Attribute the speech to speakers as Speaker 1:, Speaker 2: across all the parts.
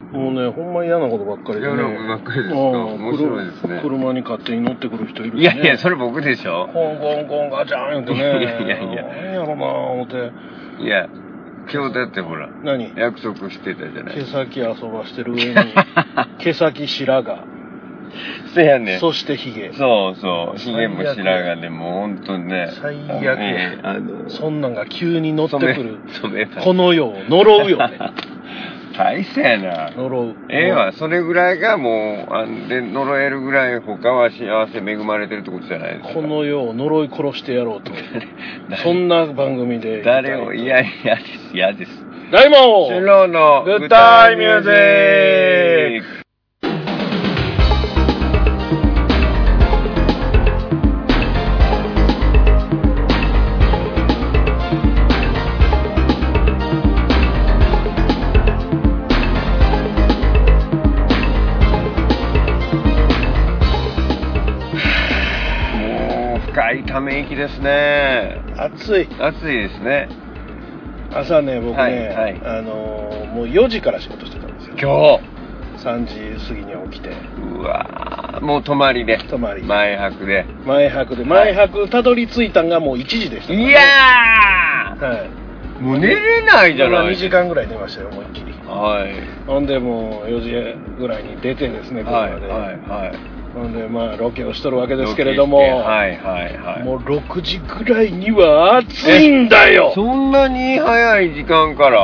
Speaker 1: もうね、ほんま嫌なことばっかりで、
Speaker 2: 嫌
Speaker 1: ね。
Speaker 2: なことばっかりです
Speaker 1: う
Speaker 2: か
Speaker 1: ん
Speaker 2: 面白いですね
Speaker 1: 車車に勝手に乗ってくる人いる、ね。
Speaker 2: いやいや、それ僕でしょ
Speaker 1: コンコンコンガチャン言うてね。
Speaker 2: いやいやいや
Speaker 1: 何やろなぁ思って。
Speaker 2: いや、今日だってほら、
Speaker 1: 何
Speaker 2: 約束してたじゃない
Speaker 1: 毛先遊ばしてる 上に、毛先白髪、
Speaker 2: せやねん。
Speaker 1: そしてヒゲ。
Speaker 2: そうそう、ひげも白髪でもう本当にね。
Speaker 1: 最悪
Speaker 2: ねあの、
Speaker 1: そんなんが急に乗ってくる。
Speaker 2: 染めた。
Speaker 1: この世を呪うよね。
Speaker 2: 大変やな。
Speaker 1: 呪う。
Speaker 2: ええわ、それぐらいがもう、あんで、呪えるぐらい他は幸せ恵まれてるってことじゃないです
Speaker 1: こ
Speaker 2: か。
Speaker 1: の世を呪い殺してやろうと。
Speaker 2: 誰
Speaker 1: そんな番組で。
Speaker 2: 誰を、いや、嫌です、嫌です。
Speaker 1: 大魔王
Speaker 2: シュローの
Speaker 1: グッタイミュージッ
Speaker 2: ク もう深いため息ですね
Speaker 1: 暑い。
Speaker 2: 暑いですね
Speaker 1: 朝ね、僕ね、
Speaker 2: はいはい
Speaker 1: あのーもう4時から仕事してたんですよ。
Speaker 2: 今日
Speaker 1: 3時過ぎには起きて、
Speaker 2: うわーもう泊まりで
Speaker 1: 泊まり、
Speaker 2: 前泊で
Speaker 1: 前泊で、前泊たどり着いたんがもう1時でした、
Speaker 2: いや
Speaker 1: はい。
Speaker 2: ーもう寝れないじゃな
Speaker 1: 2
Speaker 2: い
Speaker 1: 時間ぐらい寝ましたよ、思いっきり。
Speaker 2: はい
Speaker 1: ほんで、もう4時ぐらいに出てですね、
Speaker 2: はい
Speaker 1: 車で。
Speaker 2: はいはい
Speaker 1: ほんで、まあ、ロケをしとるわけですけれども、
Speaker 2: ロケしてはいはいはい
Speaker 1: もう6時ぐらいには暑いんだよ
Speaker 2: そんなに早い時間から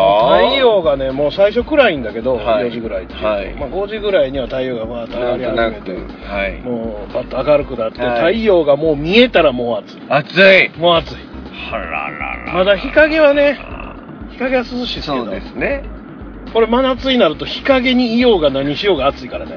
Speaker 1: 太陽がね、もう最初暗いんだけど、
Speaker 2: はい
Speaker 1: 4時ぐらいっていうと、
Speaker 2: はい
Speaker 1: まあ、5時ぐらいには太陽がバーッと
Speaker 2: な
Speaker 1: 上
Speaker 2: ん
Speaker 1: が
Speaker 2: と
Speaker 1: り始
Speaker 2: な
Speaker 1: め
Speaker 2: く
Speaker 1: て。
Speaker 2: はい
Speaker 1: もうパッと明るくなって、
Speaker 2: はい
Speaker 1: 太陽がもう見えたらもう暑い
Speaker 2: 暑い
Speaker 1: もう暑い
Speaker 2: はららら
Speaker 1: まだ日陰はね日陰は涼しいですけ
Speaker 2: そ
Speaker 1: ど
Speaker 2: うですね
Speaker 1: これ真夏になると日陰にいようが何しようが暑いからね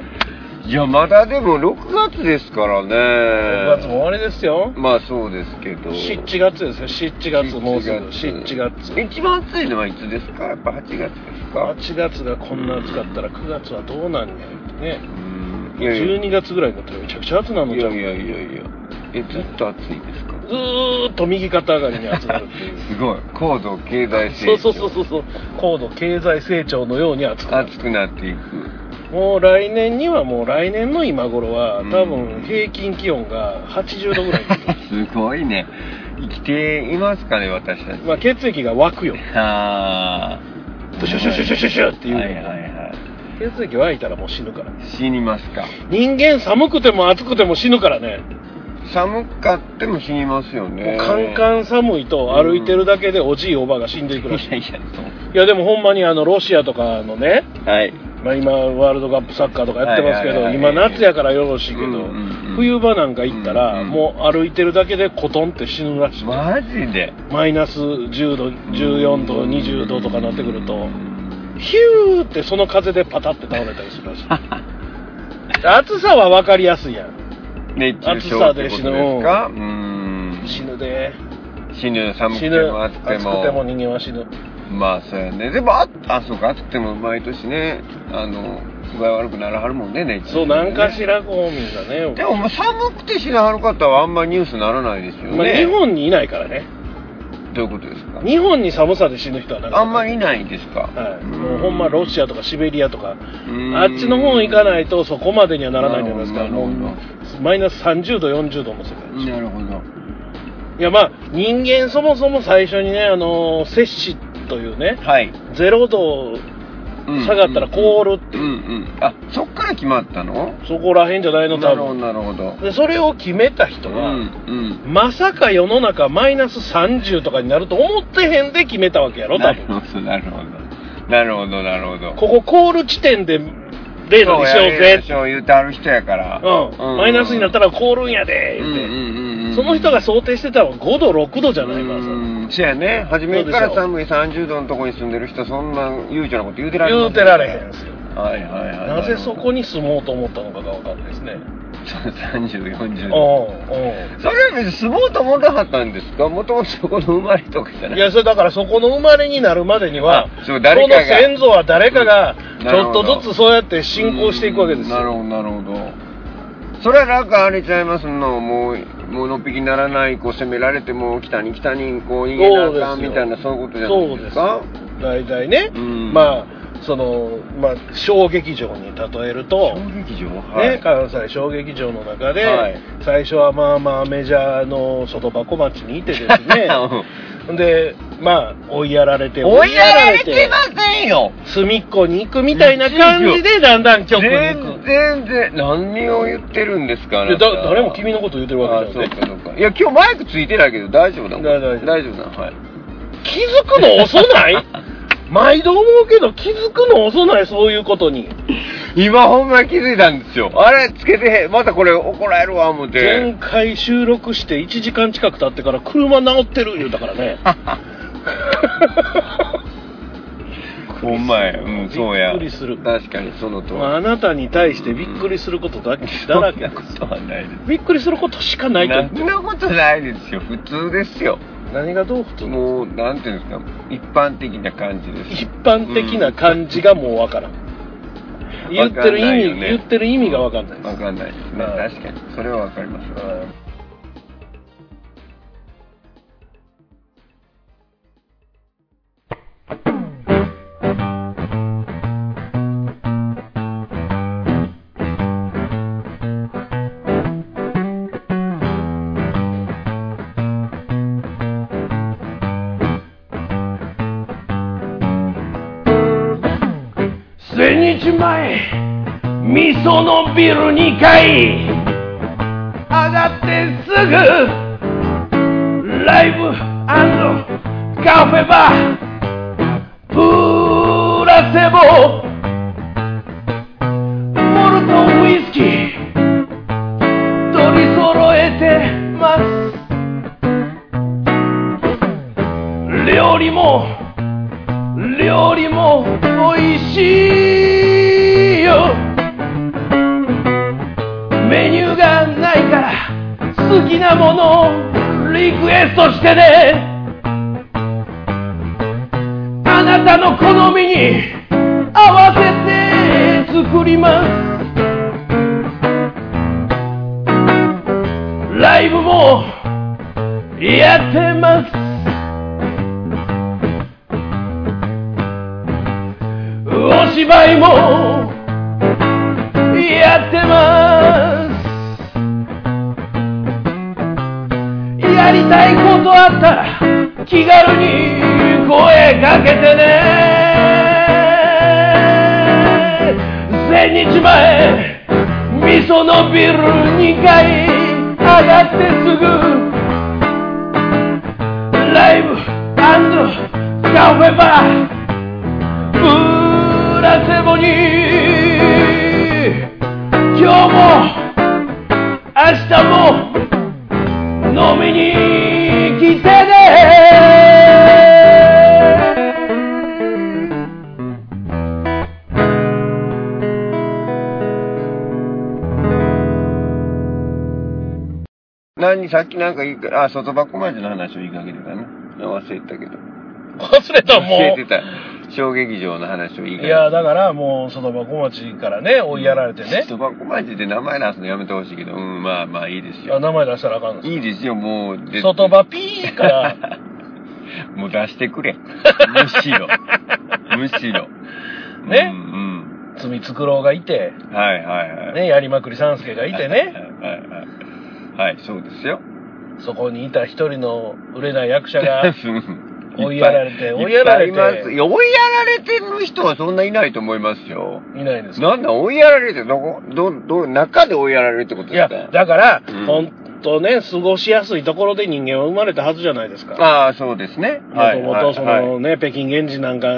Speaker 2: いやまだでも6月ですからね
Speaker 1: 6月も終わりですよ
Speaker 2: まあそうですけど
Speaker 1: 7月ですよ7月もうすぐ
Speaker 2: 7
Speaker 1: 7月
Speaker 2: 一番暑いのはいつですかやっぱ8月ですか
Speaker 1: 8月がこんな暑かったら9月はどうなんねんってね
Speaker 2: うんいやいや
Speaker 1: 12月ぐらいになったらめちゃくちゃ暑なの
Speaker 2: い
Speaker 1: じゃ
Speaker 2: や
Speaker 1: ん
Speaker 2: い
Speaker 1: ず
Speaker 2: やいやいやえずっと暑いですか
Speaker 1: ーっと右肩上がりに暑くなるって いう
Speaker 2: すごい高度経済成
Speaker 1: そう
Speaker 2: 長
Speaker 1: そうそうそうそう高度経済成長のように暑くなる
Speaker 2: 暑くなっていく
Speaker 1: もう来年にはもう来年の今頃は
Speaker 2: うん
Speaker 1: 多分平均気温が80度ぐら いになる
Speaker 2: すごいね生きていますかね私たち
Speaker 1: まあ血液が湧くよ
Speaker 2: あー
Speaker 1: ブシュシュシュシュシュシュっていう
Speaker 2: はいはいはい
Speaker 1: 血液湧いたらもう死ぬから
Speaker 2: 死にますか
Speaker 1: 人間寒くても暑くても死ぬからね、
Speaker 2: 寒かっても死にますよね
Speaker 1: もうカンカン寒いと歩いてるだけでおじいおばが死んでいくら しい、
Speaker 2: いやいや
Speaker 1: いやでもほんまにあのロシアとかのね、
Speaker 2: そうはい
Speaker 1: まあ、今ワールドカップサッカーとかやってますけど、
Speaker 2: はいはいは
Speaker 1: 今
Speaker 2: い
Speaker 1: 夏やからよろしいけど、
Speaker 2: うんうんうん
Speaker 1: 冬場なんか行ったら、
Speaker 2: うんうん
Speaker 1: もう歩いてるだけでコトンって死ぬらしい、
Speaker 2: マジで
Speaker 1: マイナス10度14度20度とかなってくるとヒューってその風でパタって倒れたりするらしい暑さは分かりやすいやん
Speaker 2: 熱中症ってことですかうーん
Speaker 1: 死ぬで
Speaker 2: 死ぬ寒く
Speaker 1: 死
Speaker 2: て
Speaker 1: ぬ
Speaker 2: も暑くて
Speaker 1: 暑くても
Speaker 2: も
Speaker 1: 人間は死ぬ
Speaker 2: まあそうやねでもああそうか暑くても毎年ねあの具合悪くならはるもんね熱中
Speaker 1: そう
Speaker 2: 症ね
Speaker 1: 何かしらこうみんなね
Speaker 2: でもまあ寒くて死なはる方はあんまニュースならないですよね、
Speaker 1: まあ、日本にいないからね
Speaker 2: どういうことですか
Speaker 1: 日本に寒さで死ぬ人はなかなか
Speaker 2: あんまりいないですか、
Speaker 1: はい、もうほんまロシアとかシベリアとか
Speaker 2: ん
Speaker 1: あっちの方行かないとそこまでにはならないんじゃないですか
Speaker 2: なるほど
Speaker 1: もうマイナス30度40度の世界でしょ
Speaker 2: なるほど
Speaker 1: いやまあ人間そもそも最初にねあのー摂氏というね
Speaker 2: はい
Speaker 1: 0度
Speaker 2: うん
Speaker 1: 下がったら凍るって
Speaker 2: う
Speaker 1: い
Speaker 2: ん
Speaker 1: う、
Speaker 2: うんあそっから決まったの
Speaker 1: そこらへんじゃないの
Speaker 2: な
Speaker 1: 多
Speaker 2: るほど
Speaker 1: 分
Speaker 2: なるほど
Speaker 1: でそれを決めた人
Speaker 2: うん
Speaker 1: は、
Speaker 2: うん
Speaker 1: まさか世の中マイナス30とかになると思ってへんで決めたわけやろ多
Speaker 2: なる
Speaker 1: 分
Speaker 2: ほどなるほどなるほどなるほど
Speaker 1: ここ凍る地点で0度にしようぜ
Speaker 2: そう言うてある人やから
Speaker 1: うん、マイナスになった
Speaker 2: ら
Speaker 1: ら凍るんやで
Speaker 2: うん
Speaker 1: 言う
Speaker 2: う
Speaker 1: んて、
Speaker 2: うんうん
Speaker 1: その人が想定してたのは5度6度じゃないからさ、
Speaker 2: うんそうやね初めから
Speaker 1: そう
Speaker 2: 寒い30度のとこに住んでる人そんな悠長なこと言うてられ
Speaker 1: 言うてられへんすよ
Speaker 2: んはいはいはい
Speaker 1: なぜそこ
Speaker 2: に
Speaker 1: に住もうと思ったのかが分かんないですね
Speaker 2: 3040
Speaker 1: うんう
Speaker 2: 度
Speaker 1: ん
Speaker 2: それは別に相撲と思わなかったんですかもともとそこの生まれとかじゃない
Speaker 1: いや、それだからそこの生まれになるまでには、
Speaker 2: あ
Speaker 1: そ
Speaker 2: そう
Speaker 1: の
Speaker 2: 誰かが
Speaker 1: 先祖は誰かが、ち
Speaker 2: なる
Speaker 1: ょっ
Speaker 2: ほど
Speaker 1: とずつそうやって進行していくわけです
Speaker 2: うんなる
Speaker 1: よ。
Speaker 2: ほどなるほどそれはなんかあれちゃいますのもうもうのっぴきならないこう攻められても北に北にこう逃げなあか
Speaker 1: そう
Speaker 2: ん
Speaker 1: ですよ
Speaker 2: みたいなそういうことじゃないですか
Speaker 1: 大体ね、
Speaker 2: うん
Speaker 1: まあ、その、まあ、小劇場に例えると、
Speaker 2: 小劇場
Speaker 1: ね、関西小劇場の中で、
Speaker 2: はい
Speaker 1: 最初はまあまあメジャーの外箱町にいてです ねでまあ追いやられて
Speaker 2: 追いやられてませんよ
Speaker 1: 隅っこに行くみたいな感じでだんだん曲に行
Speaker 2: 全
Speaker 1: く
Speaker 2: 然全何を言ってるんですかあ
Speaker 1: で
Speaker 2: な
Speaker 1: だ
Speaker 2: た
Speaker 1: 誰も君のこと言ってるわ
Speaker 2: あ
Speaker 1: けじゃ
Speaker 2: そう
Speaker 1: な
Speaker 2: か
Speaker 1: くて
Speaker 2: そうかいや今日マイクついてないけど大丈夫だもん
Speaker 1: だ大丈夫
Speaker 2: 大丈夫だはい
Speaker 1: 気づくの遅ない 毎度思うけど気づくの遅ないそういうことに
Speaker 2: 今ほんまに気づいたんですよあれつけてへんまたこれ怒られるわ思って
Speaker 1: 前回収録して1時間近く経ってから車直ってる言うたから ね
Speaker 2: ほんまやうんそうや
Speaker 1: びっくりする
Speaker 2: 確かにその通り、
Speaker 1: まああなたに対してびっくりすることだだらけ
Speaker 2: そんなことはないです
Speaker 1: びっくりすることしかないと思って
Speaker 2: そんなことないですよ普通ですよ
Speaker 1: 何がどう普通の
Speaker 2: もうなんていうんですか一般的な感じです
Speaker 1: 一般的な感じがもうわからん、言ってる意味、
Speaker 2: わかんないよね
Speaker 1: 言ってる意味がわかんないです、
Speaker 2: わかんないですね
Speaker 1: はい
Speaker 2: 確かにそれはわかります
Speaker 1: うん千日前味噌のビル2階上がってすぐライブカフェバープラセボモルトウイスキー取り揃えてます料理も料理も美味しいよメニューがないから好きなものをリクエストしてねあなたの好みに合わせて作りますライブもやってますお芝居もやってますやりたいことあったら気軽に声かけてね千日前味噌のビル2階上がってすぐライブカフェバーブラセボに今日も明日も飲みに来てね
Speaker 2: 何さっきなんか言うからあ外箱マジの話を言いかけてたね忘れてたけど
Speaker 1: 忘れた
Speaker 2: 忘れ
Speaker 1: も
Speaker 2: てた小劇場の話を言いうか
Speaker 1: い
Speaker 2: けて
Speaker 1: やだからもう外箱町からね追いやられてね
Speaker 2: 外箱マジで名前出すのやめてほしいけどうんまあまあいいです
Speaker 1: あ
Speaker 2: よ
Speaker 1: 名前出したらあかんの
Speaker 2: いいですよもうで
Speaker 1: 外場ピーから
Speaker 2: もう出してくれむしろむしろ
Speaker 1: ね
Speaker 2: うん、
Speaker 1: 罪作ろうがいて
Speaker 2: うん、はいはいはい
Speaker 1: ねやりまくり三助がいてね
Speaker 2: はいはいはいはい、はい、そうですよ
Speaker 1: そこにいた一人の売れない役者が追
Speaker 2: 追
Speaker 1: いやられて追いやられて
Speaker 2: いや追いやられてる人はそんないないと思いますよ
Speaker 1: いないんですか
Speaker 2: なんだ追いやられてどこどど中で追いやられるってこと
Speaker 1: い
Speaker 2: です
Speaker 1: や、
Speaker 2: か
Speaker 1: だから、
Speaker 2: うん
Speaker 1: 本当ね、過ごしやすいところで人間は生まれたはずじゃないですか。
Speaker 2: ああそうですね
Speaker 1: もともと、そのね、北京原人なんか、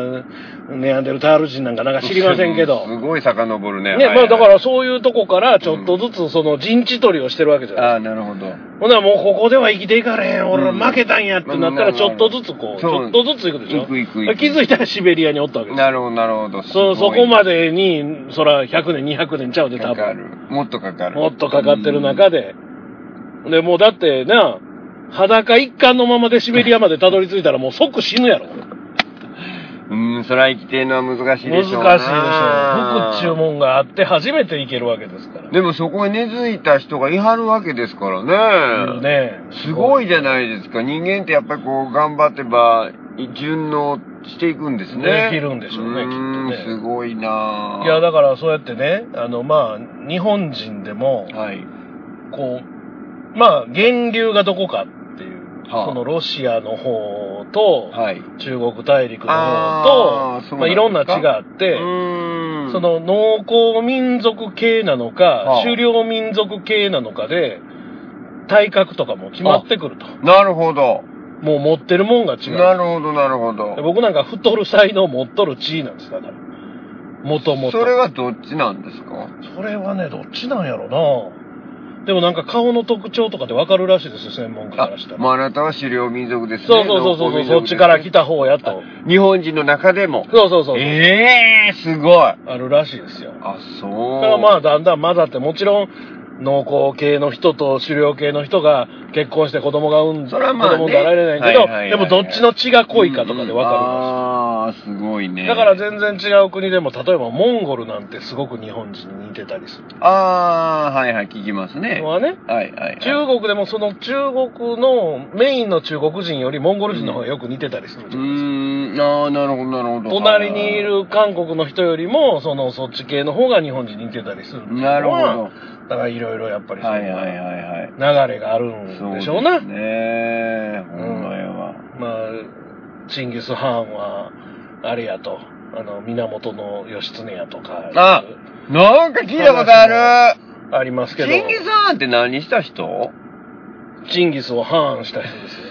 Speaker 1: ネアンデルタール人なんかなんか知りませんけど。
Speaker 2: すごい遡るね
Speaker 1: ね、
Speaker 2: はい
Speaker 1: まあだか
Speaker 2: はい
Speaker 1: らそういうとこからちょっとずつその陣地取りをしてるわけじゃない
Speaker 2: ああなるほ
Speaker 1: で
Speaker 2: ど
Speaker 1: すか。ほなもうここでは生きていかれへん、俺
Speaker 2: うん
Speaker 1: 負けたんやってなったら
Speaker 2: うん
Speaker 1: ちょっとずつこう、ち
Speaker 2: そ
Speaker 1: ょ
Speaker 2: う
Speaker 1: っとずつ行くでしょ
Speaker 2: 行く行く行く
Speaker 1: 気づいたらシベリアにおったわけですよ
Speaker 2: なるほどなるほど
Speaker 1: そそこまで
Speaker 2: で
Speaker 1: に、そら100年、200年ちゃうで多
Speaker 2: かか
Speaker 1: 分。
Speaker 2: るもっとかかる
Speaker 1: もっとかかってる中で、でもうだってな、裸一貫のままでシベリアまでたどり着いたらもう即死ぬやろ。
Speaker 2: うんうんそれは生きてるのは難しい
Speaker 1: 難
Speaker 2: で
Speaker 1: しいで
Speaker 2: し
Speaker 1: し
Speaker 2: ょ
Speaker 1: ょ
Speaker 2: う
Speaker 1: う。
Speaker 2: な
Speaker 1: 服注文があって初めて行けるわけですから。
Speaker 2: でもそこに根付いた人がいはるわけですからね
Speaker 1: ね
Speaker 2: すごいじゃないですか。人間ってやっぱりこう頑張ってば、順応していくんですね。
Speaker 1: できるんでしょうね
Speaker 2: ーん
Speaker 1: きっとね
Speaker 2: すごいなぁ
Speaker 1: いや、だからそうやってね、あの、まあ、日本人でも、
Speaker 2: はい。
Speaker 1: こう、まあ、源流がどこかっていう、
Speaker 2: はあ
Speaker 1: そのロシアの方と、
Speaker 2: はい。
Speaker 1: 中国大陸の
Speaker 2: あ
Speaker 1: 方
Speaker 2: ーそ
Speaker 1: と、
Speaker 2: う
Speaker 1: まあ、
Speaker 2: なんですか
Speaker 1: いろんな地があって、
Speaker 2: ーん
Speaker 1: そ、の農耕民族系なのか
Speaker 2: は、あ
Speaker 1: 狩猟民族系なのかで、体格とかも決まってくると。
Speaker 2: なるほど。
Speaker 1: もう持ってるもんが違
Speaker 2: な
Speaker 1: う。
Speaker 2: るほど、なるほど。
Speaker 1: 僕なんか太る才能持っとる地位なんですだから。もともと。
Speaker 2: それはどっちなんですか
Speaker 1: それはね、どっちなんやろな。でもなんか顔の特徴とかでわかるらしいですよ、専門家か
Speaker 2: あ
Speaker 1: らした、ら。
Speaker 2: まああなたは狩猟民族ですね。
Speaker 1: そうそうそうそう、
Speaker 2: 農耕民族ですね
Speaker 1: そっちから来た方やと。
Speaker 2: 日本人の中でも。
Speaker 1: そうそうそう。
Speaker 2: ええすごい。あ、
Speaker 1: あるらしいですよ。
Speaker 2: そう。
Speaker 1: だからまあ、だんだん混ざって、もちろん、農耕系の人と狩猟系の人が結婚して子供が産ん
Speaker 2: それはまあね
Speaker 1: 子供産んだられないけど、
Speaker 2: はいはいはい
Speaker 1: でもどっちの血が濃いかとかでわ
Speaker 2: うんうん
Speaker 1: か
Speaker 2: ああ、すごい
Speaker 1: る
Speaker 2: ね。
Speaker 1: らしい。だから全然違う国でも、例えばモンゴルなんてすごく日本人に似てたりする。
Speaker 2: ああ、はいはい、聞きますね。
Speaker 1: の
Speaker 2: は
Speaker 1: はね、
Speaker 2: いはい、
Speaker 1: 中
Speaker 2: はい。
Speaker 1: 国でもその中国のメインの中国人よりモンゴル人の方がよく似てたりする
Speaker 2: う
Speaker 1: じゃないですか
Speaker 2: ーん、ああ、なるほど、なるほど。
Speaker 1: 隣にいる韓国の人よりも、そのそっち系の方が日本人に似てたりするっていうのは
Speaker 2: なるほど。は
Speaker 1: だからいろいろやっぱり
Speaker 2: い
Speaker 1: その
Speaker 2: はいはいはい。
Speaker 1: 流れがあるんでしょうな。
Speaker 2: そうですね。ほんまやわ。
Speaker 1: まあ、チンギス・ハーンは、あれやと、あの、源義経やとか、
Speaker 2: あなんか聞いたことある
Speaker 1: ありますけ
Speaker 2: チ
Speaker 1: ど、
Speaker 2: ンギスハーンって何した人
Speaker 1: チンギスをハーンした人ですよ。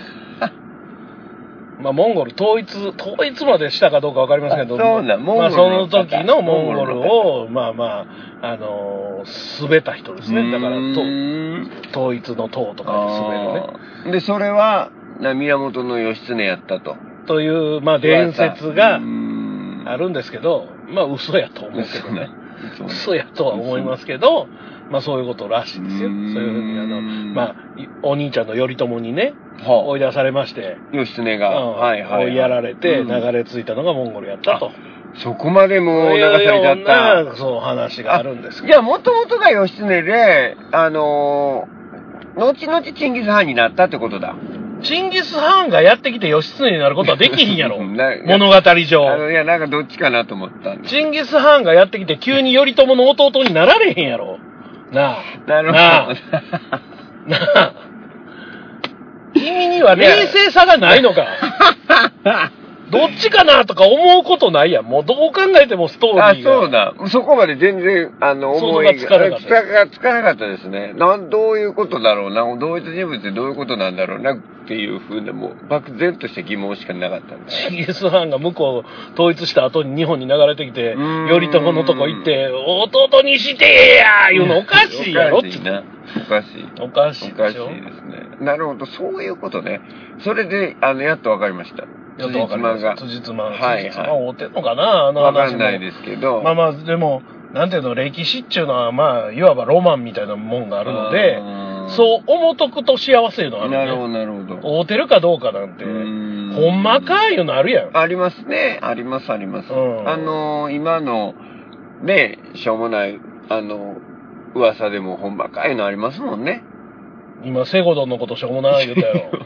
Speaker 1: まあ、モンゴル統一、統一までしたかどうかわかりませんけど、
Speaker 2: あそうなんモンゴ
Speaker 1: ま
Speaker 2: ル
Speaker 1: あ、
Speaker 2: の
Speaker 1: その時のモンゴル
Speaker 2: モ
Speaker 1: を、まあまあ、あのー滑った人ですね。だから、
Speaker 2: う
Speaker 1: と
Speaker 2: ーん
Speaker 1: 統一の党とかで滑るね。
Speaker 2: あーで、それは、な源義経やったと。
Speaker 1: という、まあ、伝説があ
Speaker 2: あ
Speaker 1: るんですけど、まあ、嘘やと思うけ
Speaker 2: 嘘
Speaker 1: どね
Speaker 2: ね。。嘘ね
Speaker 1: 嘘やとは思いますけど、まあそういうことらしいですよ。そう
Speaker 2: うーん
Speaker 1: いうふうに、あの、まあ、いお兄ちゃんの頼朝にね、追
Speaker 2: はい
Speaker 1: 出されまして、
Speaker 2: あ義経
Speaker 1: う
Speaker 2: が、
Speaker 1: ん
Speaker 2: はいはいはい。
Speaker 1: 追いやられて
Speaker 2: うん
Speaker 1: 流れ着いたのがモンゴルやったと。
Speaker 2: そこまでもう
Speaker 1: そう
Speaker 2: 流されちゃ
Speaker 1: いうよう
Speaker 2: った。
Speaker 1: な、そう話があるんですけ
Speaker 2: じ
Speaker 1: ど。
Speaker 2: ゃあ、もともとが義経で、あのー、後々チンギスハーンになったってことだ。
Speaker 1: チンギス・ハーンがやってきて義経になることはできひんやろ。
Speaker 2: な
Speaker 1: 物語
Speaker 2: あ
Speaker 1: 上。
Speaker 2: のいや、なんかどっちかなと思ったんで。
Speaker 1: チンギス・ハーンがやってきて急に頼朝の弟になられへんやろ。なあ。
Speaker 2: なるほ
Speaker 1: なあ。なあ。 君には冷静さがない のか。
Speaker 2: ど。
Speaker 1: どっちかなとか思うことないやん。もうどう考えてもストーリーが。
Speaker 2: あ、そうだ。そこまで全然、あの、
Speaker 1: 想像
Speaker 2: 思
Speaker 1: が
Speaker 2: い
Speaker 1: つかなかった
Speaker 2: つかがつかなかったですね。なん、どういうことだろうな、同一人物ってどういうことなんだろうなっていうふうで、もう、漠然とした疑問しかなかったんで。
Speaker 1: チンギス・ハンが向こう統一した後に日本に流れてきて、
Speaker 2: うーん
Speaker 1: 頼朝のとこ行って、弟にしてや言うのおかしいやろ
Speaker 2: お
Speaker 1: っ
Speaker 2: かしい
Speaker 1: て。
Speaker 2: な。おかしい。
Speaker 1: おかしい
Speaker 2: お
Speaker 1: で
Speaker 2: かし
Speaker 1: し
Speaker 2: い
Speaker 1: ょ。
Speaker 2: ですね。なるほど、そういうことね。それで、あの、やっとわかりました。
Speaker 1: やっとわかります
Speaker 2: 辻褄が
Speaker 1: 辻褄、
Speaker 2: はい
Speaker 1: 辻褄
Speaker 2: は
Speaker 1: 合うてんのかなあ
Speaker 2: い。
Speaker 1: の
Speaker 2: わ
Speaker 1: 話も。
Speaker 2: かんないですけど。
Speaker 1: まあまあ、でも、なんていうの、歴史っていうのは、まあ、いわばロマンみたいなもんがあるので、
Speaker 2: あー
Speaker 1: そう思っとくと幸せいうのはあるね。
Speaker 2: なるほど、なるほど。
Speaker 1: 合うてるかどうかなんて、
Speaker 2: うーん
Speaker 1: ほんまかいうのあるやん。
Speaker 2: ありますね。あります、あります。
Speaker 1: うん
Speaker 2: あのー、今の、ね、しょうもない、あの、噂でもほんまかいうのありますもんね。
Speaker 1: 今、セゴドンのことしょうもない言うた やろ。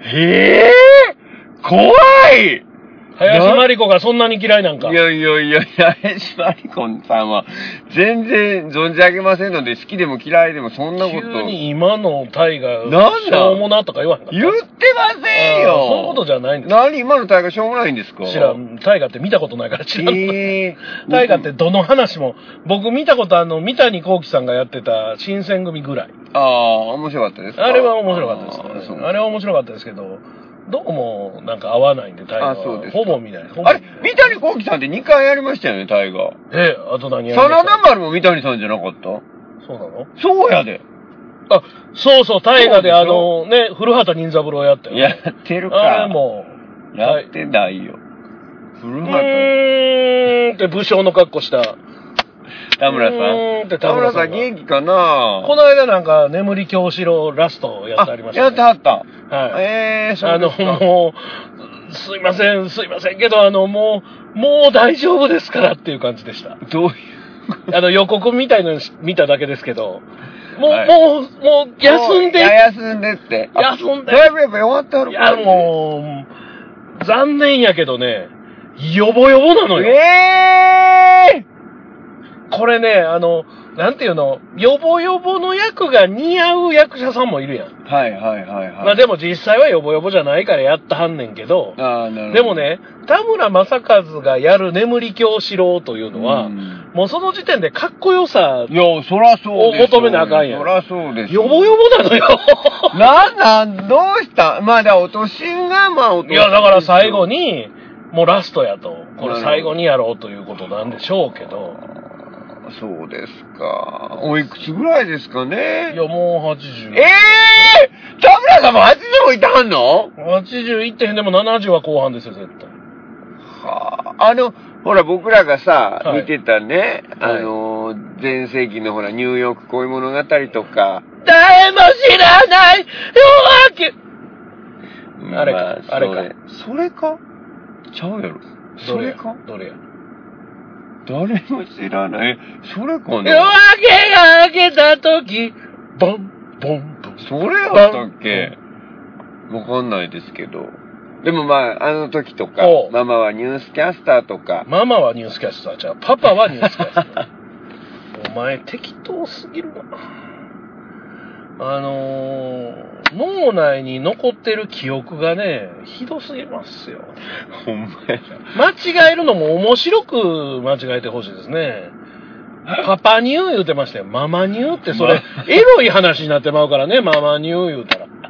Speaker 2: へえ怖いい
Speaker 1: 林真理子がそんなに嫌いなんか。
Speaker 2: やいやいや、林真理子さんは、全然存じ上げませんので、好きでも嫌いでもそんなこと。
Speaker 1: 急に今のタイが、
Speaker 2: なんなん
Speaker 1: しょうもなとか言わんかった。
Speaker 2: 言ってません
Speaker 1: あ
Speaker 2: よ
Speaker 1: ーそういうことじゃないんです
Speaker 2: 何今の大会しょうもないんですか
Speaker 1: 知ら。ん。タイガって見たことないから知らん。
Speaker 2: えー、
Speaker 1: タイガってどの話も、僕見たことあの、三谷幸喜さんがやってた新選組ぐらい。
Speaker 2: ああ、面白かったですか
Speaker 1: あれは面白かったです
Speaker 2: あー
Speaker 1: ね
Speaker 2: そう。
Speaker 1: あれは面白かったですけど、どうもなんか合わないんで、タイガ
Speaker 2: あそう
Speaker 1: は。
Speaker 2: ですか
Speaker 1: ほぼ見ない。ほぼ見な
Speaker 2: あ
Speaker 1: い
Speaker 2: れ、三谷幸喜さんって2回やりましたよね、大河。
Speaker 1: ええ、あと何やりま
Speaker 2: 真
Speaker 1: した
Speaker 2: 田丸も三谷さんじゃなかった
Speaker 1: そうなの
Speaker 2: そうやで。
Speaker 1: あ、そうそう、大河であ
Speaker 2: そうでし
Speaker 1: の、
Speaker 2: ょ
Speaker 1: ね、古畑任三郎やったよ、ね。
Speaker 2: やってるか。
Speaker 1: あれも、
Speaker 2: やってないよ。
Speaker 1: う
Speaker 2: 古畑。
Speaker 1: ーんって武将の格好した。
Speaker 2: 田村さ
Speaker 1: うーんって田
Speaker 2: ん。田
Speaker 1: 村
Speaker 2: 村
Speaker 1: さ
Speaker 2: さ
Speaker 1: ん
Speaker 2: ん
Speaker 1: が
Speaker 2: 元気かな
Speaker 1: この間なんか、眠り京志郎ラストやってありました、ね。
Speaker 2: やってはった。
Speaker 1: はい。
Speaker 2: ええー、
Speaker 1: あの、
Speaker 2: う。
Speaker 1: もう、すいません、すいませんけど、あの、もう、もう大丈夫ですからっていう感じでした。
Speaker 2: どういう。
Speaker 1: あの、予告みたいのし見ただけですけど、もう、
Speaker 2: はい
Speaker 1: もう、もう、休ん
Speaker 2: いや
Speaker 1: で、
Speaker 2: 休んでって。
Speaker 1: 休んで
Speaker 2: だいぶやっぱ弱ってはる
Speaker 1: いや、
Speaker 2: う。
Speaker 1: も残念やけどね、ヨボヨボなのよ。
Speaker 2: え
Speaker 1: これね、あの、なんていうの、ヨボヨボの役が似合う役者さんもいるやん。
Speaker 2: ー、はいはいはいはい。
Speaker 1: まあでも実際はヨボヨボじゃないからやったはんねんけど、
Speaker 2: あーなるほど
Speaker 1: でも、ね、田村正和がやる眠り教師郎という
Speaker 2: う
Speaker 1: のは、
Speaker 2: ん
Speaker 1: もうその時点でかっこよさ、
Speaker 2: いや、そらそうで
Speaker 1: お
Speaker 2: すよ。
Speaker 1: 求めなあかんやん
Speaker 2: そらそうです。
Speaker 1: ヨボヨボなのよ。
Speaker 2: なんなん、どうしたまあ、だからお年が、まあ、お
Speaker 1: い
Speaker 2: 年
Speaker 1: や、だから最後。に、もうラストやと。これ最後にやろうということなんでしょうけど。
Speaker 2: そうですか。おいくつぐらいですか
Speaker 1: い
Speaker 2: ね。
Speaker 1: や、もう
Speaker 2: え
Speaker 1: 80。
Speaker 2: えー、田村さんも80もいたはんの
Speaker 1: ?81.0 でも70は後半ですよ、絶対。
Speaker 2: はあ、あの、ほら、僕らがさ、
Speaker 1: はい
Speaker 2: 見てたね、
Speaker 1: はい
Speaker 2: あの、前世紀のほら、ニューヨーク恋物語とか、
Speaker 1: 誰も知らない夜明あれかあれか
Speaker 2: それ。それかちゃうやろ。
Speaker 1: け
Speaker 2: それか
Speaker 1: どれや
Speaker 2: 誰も知らない。それか
Speaker 1: どれや夜明
Speaker 2: な
Speaker 1: けが明けた時、ボン、ボン、ボン。
Speaker 2: それやったっけわかんないですけど。でもまあ、あの時とか
Speaker 1: お、う
Speaker 2: ママはニュースキャスターとか、
Speaker 1: ママはニュースキャスターじゃうパパはニュースキャスター。 お前適当すぎるな。あのー、脳内に残ってる記憶がね、ひどすぎますよ。
Speaker 2: ほんまや。
Speaker 1: 間違えるのも面白く間違えてほしいですね。パパニュー言うてましたよ。ママニューってそれ、エロい話になってまうからね、ママニュー言うたら。
Speaker 2: マ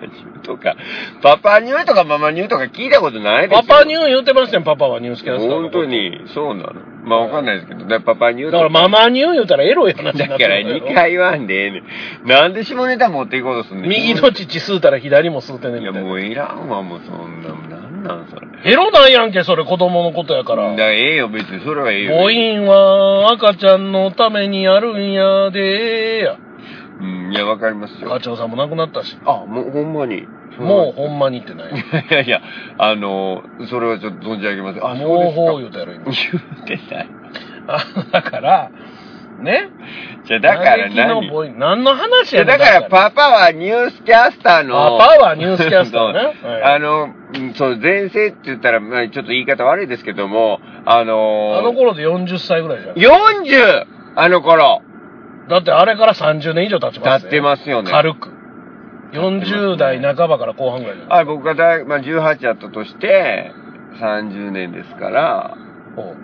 Speaker 2: マニューとか、パパニューとかママニューとか聞いたことないです
Speaker 1: パ
Speaker 2: よ。
Speaker 1: パニュー言うてましたよ、パパはニュースキャスターのこ
Speaker 2: 本
Speaker 1: と
Speaker 2: 当。に、そうなの。まあわかんないですけど、だからパパニュ
Speaker 1: だ
Speaker 2: ーと
Speaker 1: からママニュー言うたらエロい話にな
Speaker 2: だ
Speaker 1: っ
Speaker 2: か
Speaker 1: てまう
Speaker 2: ら
Speaker 1: よ
Speaker 2: 2回はんでええねん。なんで下ネタ持っていこうとすんねん。
Speaker 1: 右の父吸うたら左も吸うてね
Speaker 2: い
Speaker 1: み
Speaker 2: や、
Speaker 1: たい
Speaker 2: も
Speaker 1: な。
Speaker 2: ういらんわ、もうそんな、なんなんそれ。だか
Speaker 1: エロなんやんけ、それ子供のことやから。
Speaker 2: らええよ、別に、それはええよ。
Speaker 1: 母音は赤ちゃんのためにあるんやでや。
Speaker 2: うん、いや、わかりますよ
Speaker 1: 課。長さんも亡くなったし。
Speaker 2: あ、もうほんまに。
Speaker 1: もうほんまにってない。
Speaker 2: う。いやいや、あの、それはちょっと存じ上げません。あ、そう
Speaker 1: もうほう
Speaker 2: で
Speaker 1: 言うたやろ、 今。
Speaker 2: すか。言うてない。
Speaker 1: あだから、ね。
Speaker 2: じゃあ、だから
Speaker 1: 嘆きの
Speaker 2: 何
Speaker 1: 母音何の話
Speaker 2: いや
Speaker 1: やね
Speaker 2: だ
Speaker 1: ん
Speaker 2: から、パパはニュースキャスターの。
Speaker 1: パパはニュースキャスターね
Speaker 2: そう
Speaker 1: はい
Speaker 2: あの、うんそう、前世って言ったら、まあ、ちょっと言い方悪いですけども、あの
Speaker 1: あの頃で40歳ぐらいじゃん。
Speaker 2: 40! あの頃。
Speaker 1: だってあれから30年以上経ちます
Speaker 2: 経ってますよね
Speaker 1: 軽く。40代半ばから後半ぐらいじゃん。
Speaker 2: あ僕が大、まあ、18やったとして、30年ですから、
Speaker 1: おう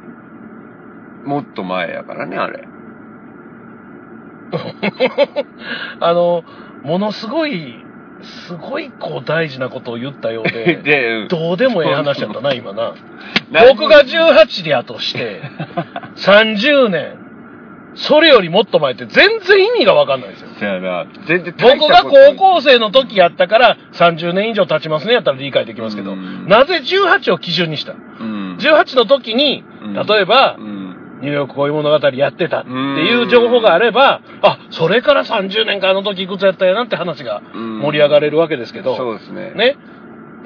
Speaker 2: もっと前やからね、あれ。
Speaker 1: あの、ものすごい、すごいこう大事なことを言ったようで、
Speaker 2: で、
Speaker 1: どうでもええ話やったな、今な。
Speaker 2: 何
Speaker 1: 僕が18でやと して、30年、それよりもっと前って全然意味がわかんないですよ。
Speaker 2: そやな、全然大し
Speaker 1: 僕
Speaker 2: た
Speaker 1: が
Speaker 2: こと
Speaker 1: 高校生の時やったから30年以上経ちますねやったら理解できますけ
Speaker 2: う
Speaker 1: ど、
Speaker 2: ん
Speaker 1: なぜ18を基準にした
Speaker 2: うん。
Speaker 1: ?18 の時に
Speaker 2: うん、
Speaker 1: 例えば
Speaker 2: う、ん。
Speaker 1: ニューヨーク恋物語やってたっていう情報があれば、あ、それから30年間あの時いくつやったんやなって話が
Speaker 2: うん
Speaker 1: 盛り上がれるわけですけど、
Speaker 2: そうですね。
Speaker 1: ね。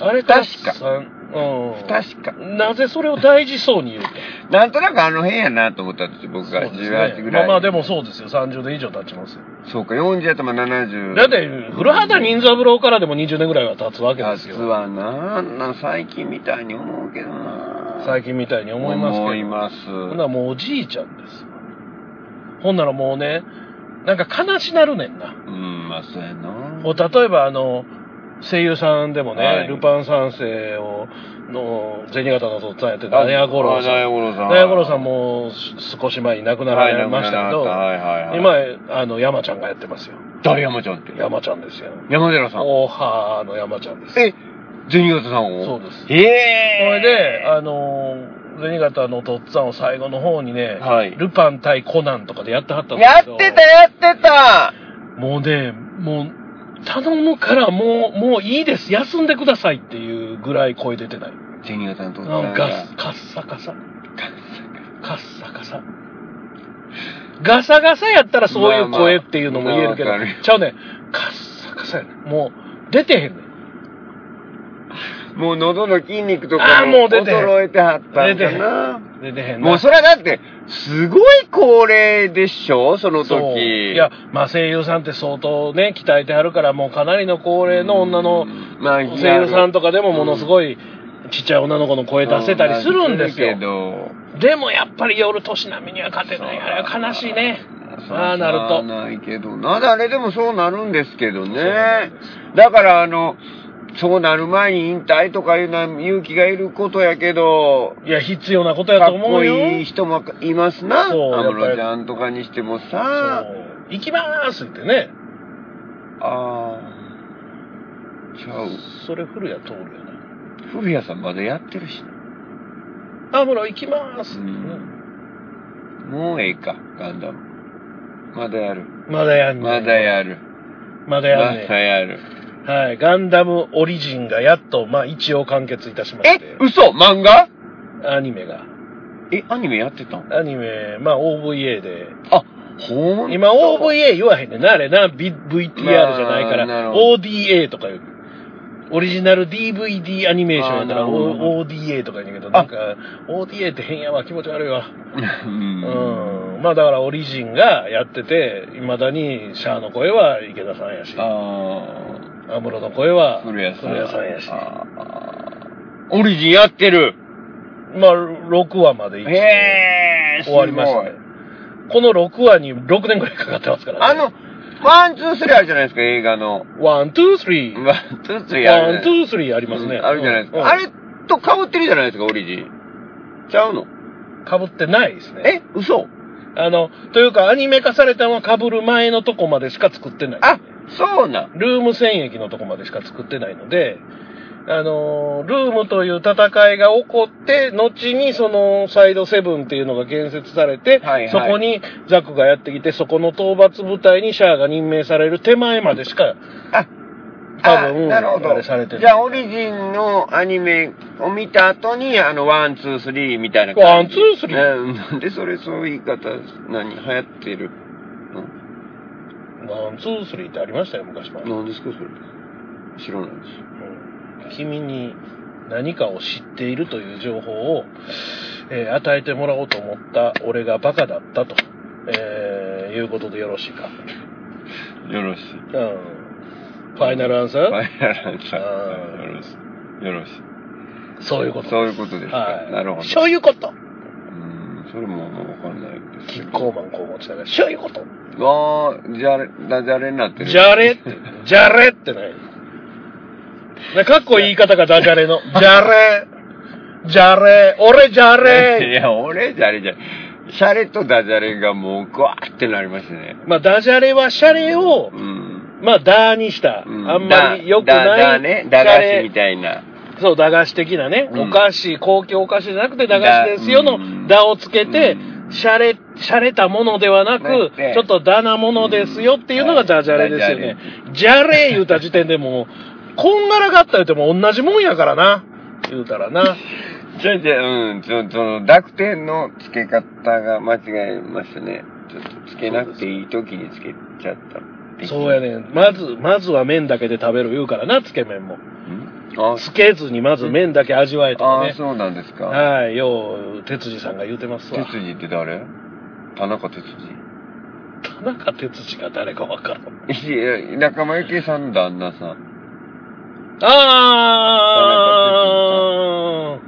Speaker 1: あれから
Speaker 2: 確か
Speaker 1: さんうん。
Speaker 2: 確か。
Speaker 1: なぜそれを大事そうに言う か。
Speaker 2: なんとなくあの辺やなと思ったんですよ、僕が
Speaker 1: そうです
Speaker 2: 18
Speaker 1: ね
Speaker 2: ぐ
Speaker 1: ま
Speaker 2: ら
Speaker 1: あ
Speaker 2: い。
Speaker 1: まあでもそうですよ。30年以上経ちますよ。
Speaker 2: そうか、40やったらまあ70。
Speaker 1: だって、古畑任三郎からでも20年ぐらいは経つわけです
Speaker 2: 実
Speaker 1: よ。
Speaker 2: はな、あんな最近みたいに思うけどな。
Speaker 1: 最近みたいに思いますけど。
Speaker 2: 思います。
Speaker 1: ほんならもうおじいちゃんです。ほんならもうね、なんか悲しなるねんな。
Speaker 2: うん、まあそうやな。
Speaker 1: もう例えばあの、声優さんでもね、
Speaker 2: はい
Speaker 1: ルパン三世を、の、銭形のとっつぁんやってた、ナヤゴロウさん。
Speaker 2: あナヤゴロウさん
Speaker 1: ナヤゴロウさんもす少し前に亡くなられましたけど、
Speaker 2: はい、はい、はい。、
Speaker 1: 今、あの、山ちゃんがやってますよ。
Speaker 2: 誰山ちゃんって。
Speaker 1: 山ちゃんですよ。
Speaker 2: 山寺さん。
Speaker 1: オーハーの山ちゃんです。
Speaker 2: え、銭形さんを
Speaker 1: そうですそ
Speaker 2: ええ
Speaker 1: れで、あのー、銭形のとっつぁんを最後の方にね、
Speaker 2: はい
Speaker 1: ルパン対コナンとかでやってはったん
Speaker 2: やってた、やってた
Speaker 1: もうね、もう、頼むからもう、もういいです、休んでくださいっていうぐらい声出てない。
Speaker 2: 銭形のとっつぁ
Speaker 1: なんんか
Speaker 2: が
Speaker 1: ガス、カッサカサ。カッサカサ。ガサガサやったらそういう声っていうのも言えるけど、
Speaker 2: まあまあまあわかる
Speaker 1: ちゃうね、カッサカサやね。もう、出てへんねん。
Speaker 2: もう喉の筋肉と
Speaker 1: あ
Speaker 2: か
Speaker 1: ーもう出て
Speaker 2: 衰えてはった
Speaker 1: 出
Speaker 2: ん
Speaker 1: て
Speaker 2: だ
Speaker 1: へ。
Speaker 2: なん
Speaker 1: 出てへんな。
Speaker 2: もうそれはだって、すごい高齢でしょその
Speaker 1: そう
Speaker 2: 時。
Speaker 1: いや、まあ声優さんって相当ね、鍛えてはるから、もうかなりの高齢の女の
Speaker 2: うんまあ
Speaker 1: 声優さんとかでもものすごいちっちゃい女の子の声出せたりするんです
Speaker 2: け
Speaker 1: よ。
Speaker 2: ど、
Speaker 1: でもやっぱり夜年並みには勝てない。あれは悲しいね。ああなると。
Speaker 2: ないけど、なあれでもそうなるんですけど
Speaker 1: そうなん
Speaker 2: ね
Speaker 1: で。
Speaker 2: だから、あの、そうなる前に引退とかいうのは勇気がいることやけど、
Speaker 1: いや、必要なことや
Speaker 2: か
Speaker 1: と
Speaker 2: っ
Speaker 1: 思
Speaker 2: こ
Speaker 1: うよ。
Speaker 2: いい人もいますな。安
Speaker 1: そう
Speaker 2: 室ちゃんとかにしてもさ、
Speaker 1: そう行きまーすってね。
Speaker 2: ああ、ちゃう。
Speaker 1: それ古谷通るよ
Speaker 2: 古谷さんまだやってるしな。
Speaker 1: な。アムロ行きまーすってね。
Speaker 2: もうええか、ガンダム。まだやる。
Speaker 1: まだやんね
Speaker 2: まだやる。
Speaker 1: まだ
Speaker 2: ま
Speaker 1: やん
Speaker 2: だ
Speaker 1: ね
Speaker 2: やる。
Speaker 1: はい。ガンダムオリジンがやっと、まあ一応完結いたしまし
Speaker 2: え
Speaker 1: て、。
Speaker 2: 嘘漫画
Speaker 1: アニメが。
Speaker 2: え、アニメやってたん
Speaker 1: アニメ、まあ OVA で。
Speaker 2: あ、ほんと
Speaker 1: 今 OVA 言わへんねんな、あれな。B- VTR じゃないから、
Speaker 2: まあなるほ
Speaker 1: ODA とか言う。オリジナル DVD アニメーションやった
Speaker 2: あ
Speaker 1: ら
Speaker 2: ーなるほど
Speaker 1: O- ODA とか言うんやけど、なんか ODA って変やわ、気持ち悪いわ。
Speaker 2: うん
Speaker 1: うん。まあだからオリジンがやってて、未だにシャアの声は池田さんやし、
Speaker 2: あ
Speaker 1: 安室の声は
Speaker 2: あ、古谷さん。
Speaker 1: さんやし。
Speaker 2: あーオリジンやってる。
Speaker 1: まあ6話まで一応
Speaker 2: へえ、す
Speaker 1: 終
Speaker 2: ご
Speaker 1: わ
Speaker 2: い
Speaker 1: りましたね。この6話に6年ぐらいかかってますからね。
Speaker 2: あの、ワン、ツー、スリーあるじゃないですか、映画の。
Speaker 1: ワン、ツー、スリー。
Speaker 2: ワン、ツー、スリーある
Speaker 1: ワン、ツー、スリーありますね。
Speaker 2: あるじゃないです
Speaker 1: うん
Speaker 2: か。あれと被ってるじゃないですか、オリジン。ちゃうの
Speaker 1: かぶってないですね。
Speaker 2: え嘘
Speaker 1: あの、というか、アニメ化されたのはかぶる前のとこまでしか作ってない。
Speaker 2: あ、そうなん。
Speaker 1: ルーム戦役のとこまでしか作ってないので、あのールームという戦いが起こって、後にそのサイドセブンっていうのが建設されて、
Speaker 2: はいはい
Speaker 1: そこにザクがやってきて、そこの討伐部隊にシャアが任命される手前までしか、
Speaker 2: あ、
Speaker 1: 多分
Speaker 2: あなるほ
Speaker 1: あれされて
Speaker 2: ど。
Speaker 1: る
Speaker 2: じゃあ、オリジンのアニメを見た後に、あの、ワン、ツー、スリーみたいな
Speaker 1: ワン、
Speaker 2: 感
Speaker 1: ツ
Speaker 2: じ。
Speaker 1: ー、スリー。
Speaker 2: うんなんでそれ、そういう言い方、何、流行ってる
Speaker 1: ワン、ツー、スリーってありましたよ、昔は。
Speaker 2: の何ですか、それ。知らないです。
Speaker 1: うん君に何かを知っているという情報を、えー与えてもらおうと思った俺がバカだったと、えーいうことでよろしいか。
Speaker 2: よろしい。
Speaker 1: うん。ファイナルアンサー、
Speaker 2: ファイナルアンサー
Speaker 1: あー
Speaker 2: よろしい。よろしい。
Speaker 1: そういうこと。
Speaker 2: そういうことですか。
Speaker 1: はい。
Speaker 2: なるほど。
Speaker 1: そういうこと。
Speaker 2: うん、それももうわかんないです
Speaker 1: キ
Speaker 2: けど
Speaker 1: ッコーマンこう持ちながら、そういうこと。
Speaker 2: ああ、じゃれ、ダジャレになってる。
Speaker 1: じゃれって、じゃれってない。なかっこいい言い方がダジャレの。じゃれ、じゃれ、俺じゃ
Speaker 2: い
Speaker 1: れ。
Speaker 2: や、俺じゃれじゃない、シャレとダジャレがもう、ぐわーってなりましたね。
Speaker 1: まあ、ダジャレはシャレを
Speaker 2: う、ん。
Speaker 1: まあ、ダーにした。
Speaker 2: うん
Speaker 1: あんまり良く
Speaker 2: だだ
Speaker 1: な
Speaker 2: だ
Speaker 1: い。
Speaker 2: ね、駄菓子みたいな。
Speaker 1: そう、駄菓子的なね。
Speaker 2: うん
Speaker 1: お菓子、公共お菓子じゃなくて駄菓子ですよ
Speaker 2: だう
Speaker 1: の、
Speaker 2: ん
Speaker 1: ダをつけて
Speaker 2: う、ん
Speaker 1: シャレ、シャレたものではな
Speaker 2: だっ
Speaker 1: く、
Speaker 2: て
Speaker 1: ちょっとダなものですよっていうのがダジャレですよね。じゃれ言うた時点でもう、こんがらがった言うても同じもんやからな。言うたらな。
Speaker 2: じゃじゃ、うん、ちょ、その、濁点の付け方が間違えましたね。ちょっと、付けなくていい時に付けちゃった。
Speaker 1: そうや
Speaker 2: ね。
Speaker 1: ねん。まず、まずは麺だけで食べる言うからな、つけ麺も。
Speaker 2: あ、
Speaker 1: つけずにまず麺だけ味わえとか
Speaker 2: あー、
Speaker 1: ね。
Speaker 2: そうなんですか。
Speaker 1: はい、よう、哲司さんが言うてますわ。
Speaker 2: 哲司って誰田中哲司
Speaker 1: 田中哲司が誰かわからん。
Speaker 2: いや、仲間由紀恵さんの旦那さん。
Speaker 1: あ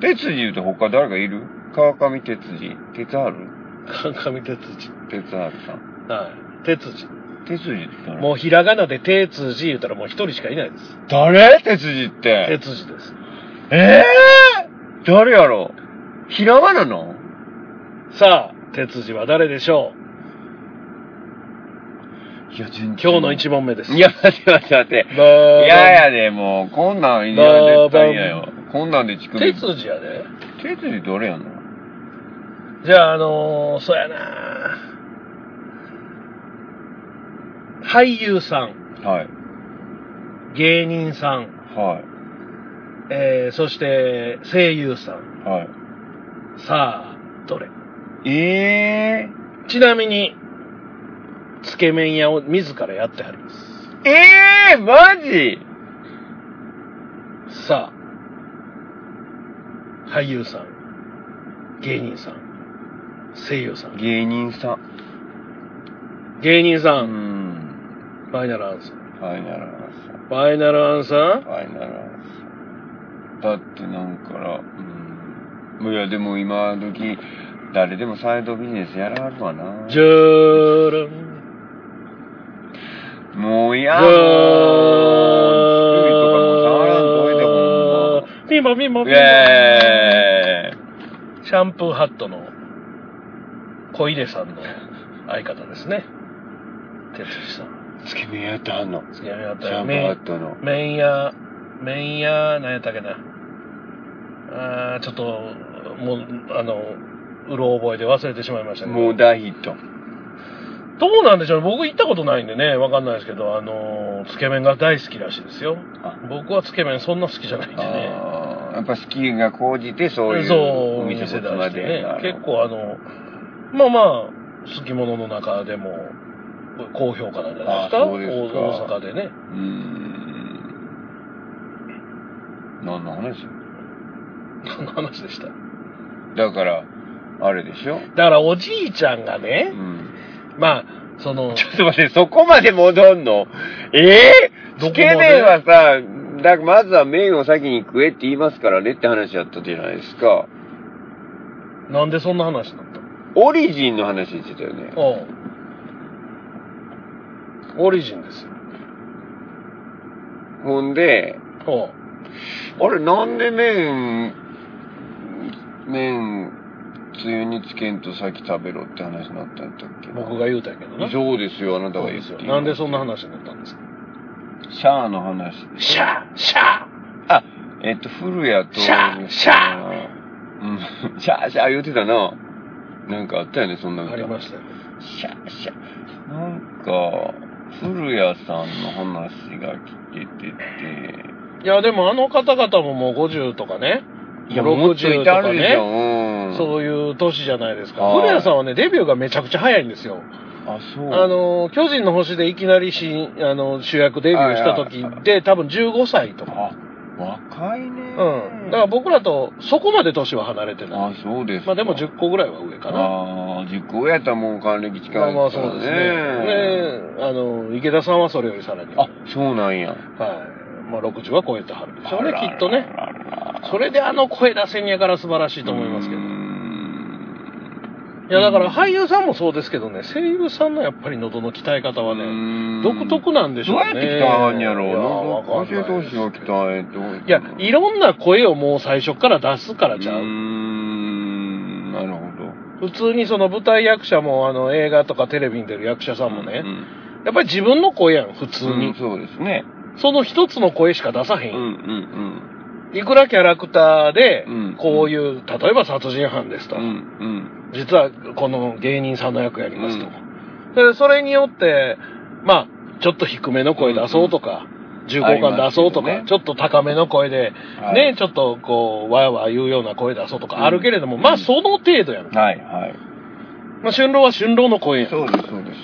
Speaker 2: 哲司言うと他誰かいる川上哲司。哲春
Speaker 1: ー川上哲司。
Speaker 2: 哲春さん。
Speaker 1: はい。哲司。
Speaker 2: 哲司って誰
Speaker 1: もうひらがなで哲司言うたらもう一人しかいないです。
Speaker 2: 誰哲司って。
Speaker 1: 哲司です。
Speaker 2: えぇ、誰やろひらがなの
Speaker 1: さあ、哲司は誰でしょう
Speaker 2: いや、全然
Speaker 1: 今日の一問目です。
Speaker 2: いや、待って待って待って。
Speaker 1: バーン、
Speaker 2: いややで、もう、こんなんいや絶対嫌よ。こんなんで乳首。
Speaker 1: 哲司やで。
Speaker 2: 哲司誰やの
Speaker 1: じゃあ、あのー、そうやな俳優さん、
Speaker 2: はい。
Speaker 1: 芸人さん、
Speaker 2: は
Speaker 1: えー、そして声優さん。
Speaker 2: い。は
Speaker 1: さあ、どれ
Speaker 2: い。えぇ、
Speaker 1: ちなみに、つけ麺屋を自らやってはります。
Speaker 2: ー、えぇ、ー、マジ
Speaker 1: さあ、俳優さん、芸人さん、声優さん、
Speaker 2: 芸人さん。
Speaker 1: 芸人さ、
Speaker 2: うんん。
Speaker 1: ファイナルアンサー。
Speaker 2: ファイナルアンサー。
Speaker 1: ファイナルアンサー
Speaker 2: ファイナルアンだってなんかなうんいやでも今時誰でもサイドビジネスやらはるわな
Speaker 1: じゃーらん。
Speaker 2: もう
Speaker 1: じ
Speaker 2: や
Speaker 1: ゃ
Speaker 2: もう薬とかもう触らんといてほんま
Speaker 1: ピンポンピンポンピンポン。
Speaker 2: イエーイ
Speaker 1: シャンプーハットの小出さんの相方ですね。哲司さん。
Speaker 2: つけ麺やってはんの
Speaker 1: 付き合いあっ
Speaker 2: ジ
Speaker 1: た
Speaker 2: ャ
Speaker 1: よ
Speaker 2: ンプあ
Speaker 1: ね
Speaker 2: っ。たの
Speaker 1: 麺屋、麺屋、なんやったっけな。あーちょっと、もう、あの、うろ覚えで忘れてしまいましたけど。
Speaker 2: もう大ヒット
Speaker 1: どうなんでしょうね。僕行ったことないんでね、わかんないですけど、あの、つけ麺が大好きらしいですよ。
Speaker 2: あ
Speaker 1: 僕はつけ麺そんな好きじゃないんでね。
Speaker 2: あーやっぱ好きが高じてそういう
Speaker 1: そう
Speaker 2: お店
Speaker 1: 見せ出
Speaker 2: こっちま
Speaker 1: して
Speaker 2: で
Speaker 1: ね
Speaker 2: や。る
Speaker 1: 結構あの、まあまあ、好き者の中でも、高評価なんじゃないですか
Speaker 2: あそうですか
Speaker 1: 大大阪でね。
Speaker 2: うーん何の話
Speaker 1: 何の話でした。だ
Speaker 2: だからあれでしょ、
Speaker 1: からおじいちゃんが
Speaker 2: う
Speaker 1: ね、
Speaker 2: ん、
Speaker 1: まあ、そ の、
Speaker 2: ちょっと待ってそこまで戻んのええ
Speaker 1: どこまで
Speaker 2: つけ麺はさだまずは麺を先に食えって言いますからねって話やったじゃないですか
Speaker 1: なんでそんな話になった
Speaker 2: オリジンの話してたよね
Speaker 1: のうんオリジンですよ。
Speaker 2: ほんで
Speaker 1: うん
Speaker 2: あれなんで麺麺つゆにつけんと先食べろって話になったんやったっけ
Speaker 1: 僕が言うたんやけどな。
Speaker 2: そうですよあなた
Speaker 1: そう
Speaker 2: が
Speaker 1: で
Speaker 2: 言っ
Speaker 1: す
Speaker 2: て
Speaker 1: よ。なんでそんな話になったんですか
Speaker 2: シャアの話
Speaker 1: シャーシャ
Speaker 2: あえっと古谷と
Speaker 1: シャーシャー
Speaker 2: うん シャーシャー言ってたななんかあったよねそんな
Speaker 1: ー
Speaker 2: 歌
Speaker 1: ありましたよ。
Speaker 2: シャーシャーなんか古谷さんの話が聞けてて
Speaker 1: いや、でもあの方々ももう50とかね、
Speaker 2: もっとい
Speaker 1: 60
Speaker 2: て
Speaker 1: と
Speaker 2: あ
Speaker 1: か
Speaker 2: るでしょ、
Speaker 1: ね、
Speaker 2: うん、
Speaker 1: そういう年じゃないですか。
Speaker 2: はい
Speaker 1: 古谷さんはね、デビューがめちゃくちゃ早いんですよ。
Speaker 2: あそう
Speaker 1: あの、巨人の星でいきなり新あの主役デビューした時で、多分15歳とか。
Speaker 2: あ若いね
Speaker 1: うん。だから僕らとそこまで年は離れてな
Speaker 2: あ
Speaker 1: い。
Speaker 2: そうですか
Speaker 1: まあでも10個ぐらいは上かな。
Speaker 2: ああ10個やったらもう還暦近いですか
Speaker 1: ま
Speaker 2: ら
Speaker 1: あ
Speaker 2: ね
Speaker 1: まあそうですね。で、あの、池田さんはそれよりさらに。
Speaker 2: あそうなんや
Speaker 1: はい。まあ、60は超えてはるでしょうね、きっとね。
Speaker 2: あらららら
Speaker 1: それであの声出せんやから素晴らしいと思いますけど。いや、だから俳優さんもそうですけどね、声優さんのやっぱり喉の鍛え方はね、独特なんでしょうね。
Speaker 2: どうやって鍛えはんやろ
Speaker 1: いや
Speaker 2: う
Speaker 1: わ
Speaker 2: な
Speaker 1: か
Speaker 2: 教えてほしいわ
Speaker 1: え。
Speaker 2: 鍛えってほし
Speaker 1: いや、いろんな声をもう最初から出すからちゃ
Speaker 2: うー
Speaker 1: う。
Speaker 2: んなるほど
Speaker 1: 普通にその舞台役者も、あの、映画とかテレビに出る役者さんもね
Speaker 2: う、ん
Speaker 1: やっぱり自分の声やん、普通
Speaker 2: うん
Speaker 1: に。
Speaker 2: そうですね
Speaker 1: その一つの声しか出さへ
Speaker 2: うん
Speaker 1: ん
Speaker 2: う
Speaker 1: やん。
Speaker 2: ん
Speaker 1: いくらキャラクターで
Speaker 2: うん、
Speaker 1: こういう、例えば殺人犯ですと
Speaker 2: うんう。ん
Speaker 1: 実はこの芸人さんの役やりますと、
Speaker 2: う
Speaker 1: でそれによってまあちょっと低めの声出そうとか、重厚感出そうとか、
Speaker 2: ありますよね
Speaker 1: ちょっと高めの声で、
Speaker 2: はい
Speaker 1: ね、ちょっとこう、わーわー言うような声出そうとかあるけれども、
Speaker 2: うん
Speaker 1: まあその程度やん。
Speaker 2: うんはいはい
Speaker 1: まあ、春郎は春郎の声やん。
Speaker 2: そうですそうです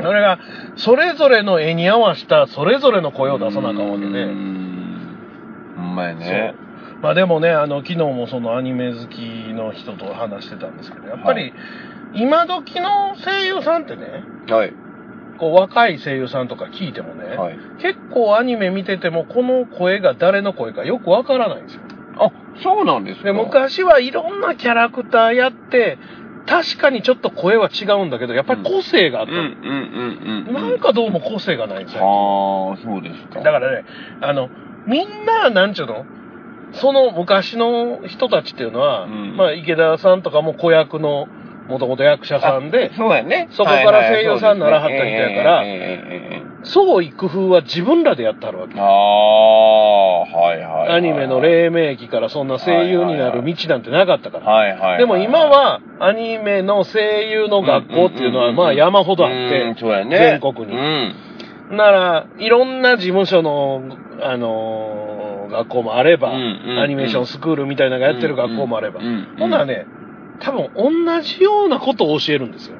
Speaker 1: それが、それぞれの絵に合わせた、それぞれの声を出さなあかんわけで、
Speaker 2: うーんほんまやね
Speaker 1: そうまあでもねあの昨日もそのアニメ好きの人と話してたんですけどやっぱり、今時の声優さんってね
Speaker 2: はい
Speaker 1: こう若い声優さんとか聞いてもね、
Speaker 2: はい
Speaker 1: 結構アニメ見ててもこの声が誰の声かよくわからないんですよ
Speaker 2: あそうなんです
Speaker 1: で
Speaker 2: か
Speaker 1: 昔はいろんなキャラクターやって確かにちょっと声は違うんだけどやっぱり個性があっ
Speaker 2: うん
Speaker 1: た、
Speaker 2: うんうんうん
Speaker 1: なんかどうも個性がないんですよ
Speaker 2: ああそうですか
Speaker 1: だからねあのみんななんちゅうのその昔の人たちっていうのは、
Speaker 2: うん
Speaker 1: まあ池田さんとかも子役のもともと役者さんで
Speaker 2: あそうやね
Speaker 1: そこから声優さんにならはった人やから
Speaker 2: はいはいそうですねええええええええ
Speaker 1: 創意工夫は自分らでやってはるわけ
Speaker 2: ああ、はいはいはい。
Speaker 1: アニメの黎明期からそんな声優になる道なんてなかったから。
Speaker 2: はいはいはい。
Speaker 1: でも今はアニメの声優の学校っていうのは
Speaker 2: んんんん
Speaker 1: まあ山ほどあっ
Speaker 2: う
Speaker 1: て、
Speaker 2: んそうや
Speaker 1: 全
Speaker 2: ね。
Speaker 1: 国に
Speaker 2: うん。
Speaker 1: ならいろんな事務所の、あのー学校もあれば、
Speaker 2: うんうんうん
Speaker 1: アニメーションスクールみたいなのがやってる学校もあれば
Speaker 2: うんうんうん、
Speaker 1: ほんならね、多分同じようなことを教えるんですよ。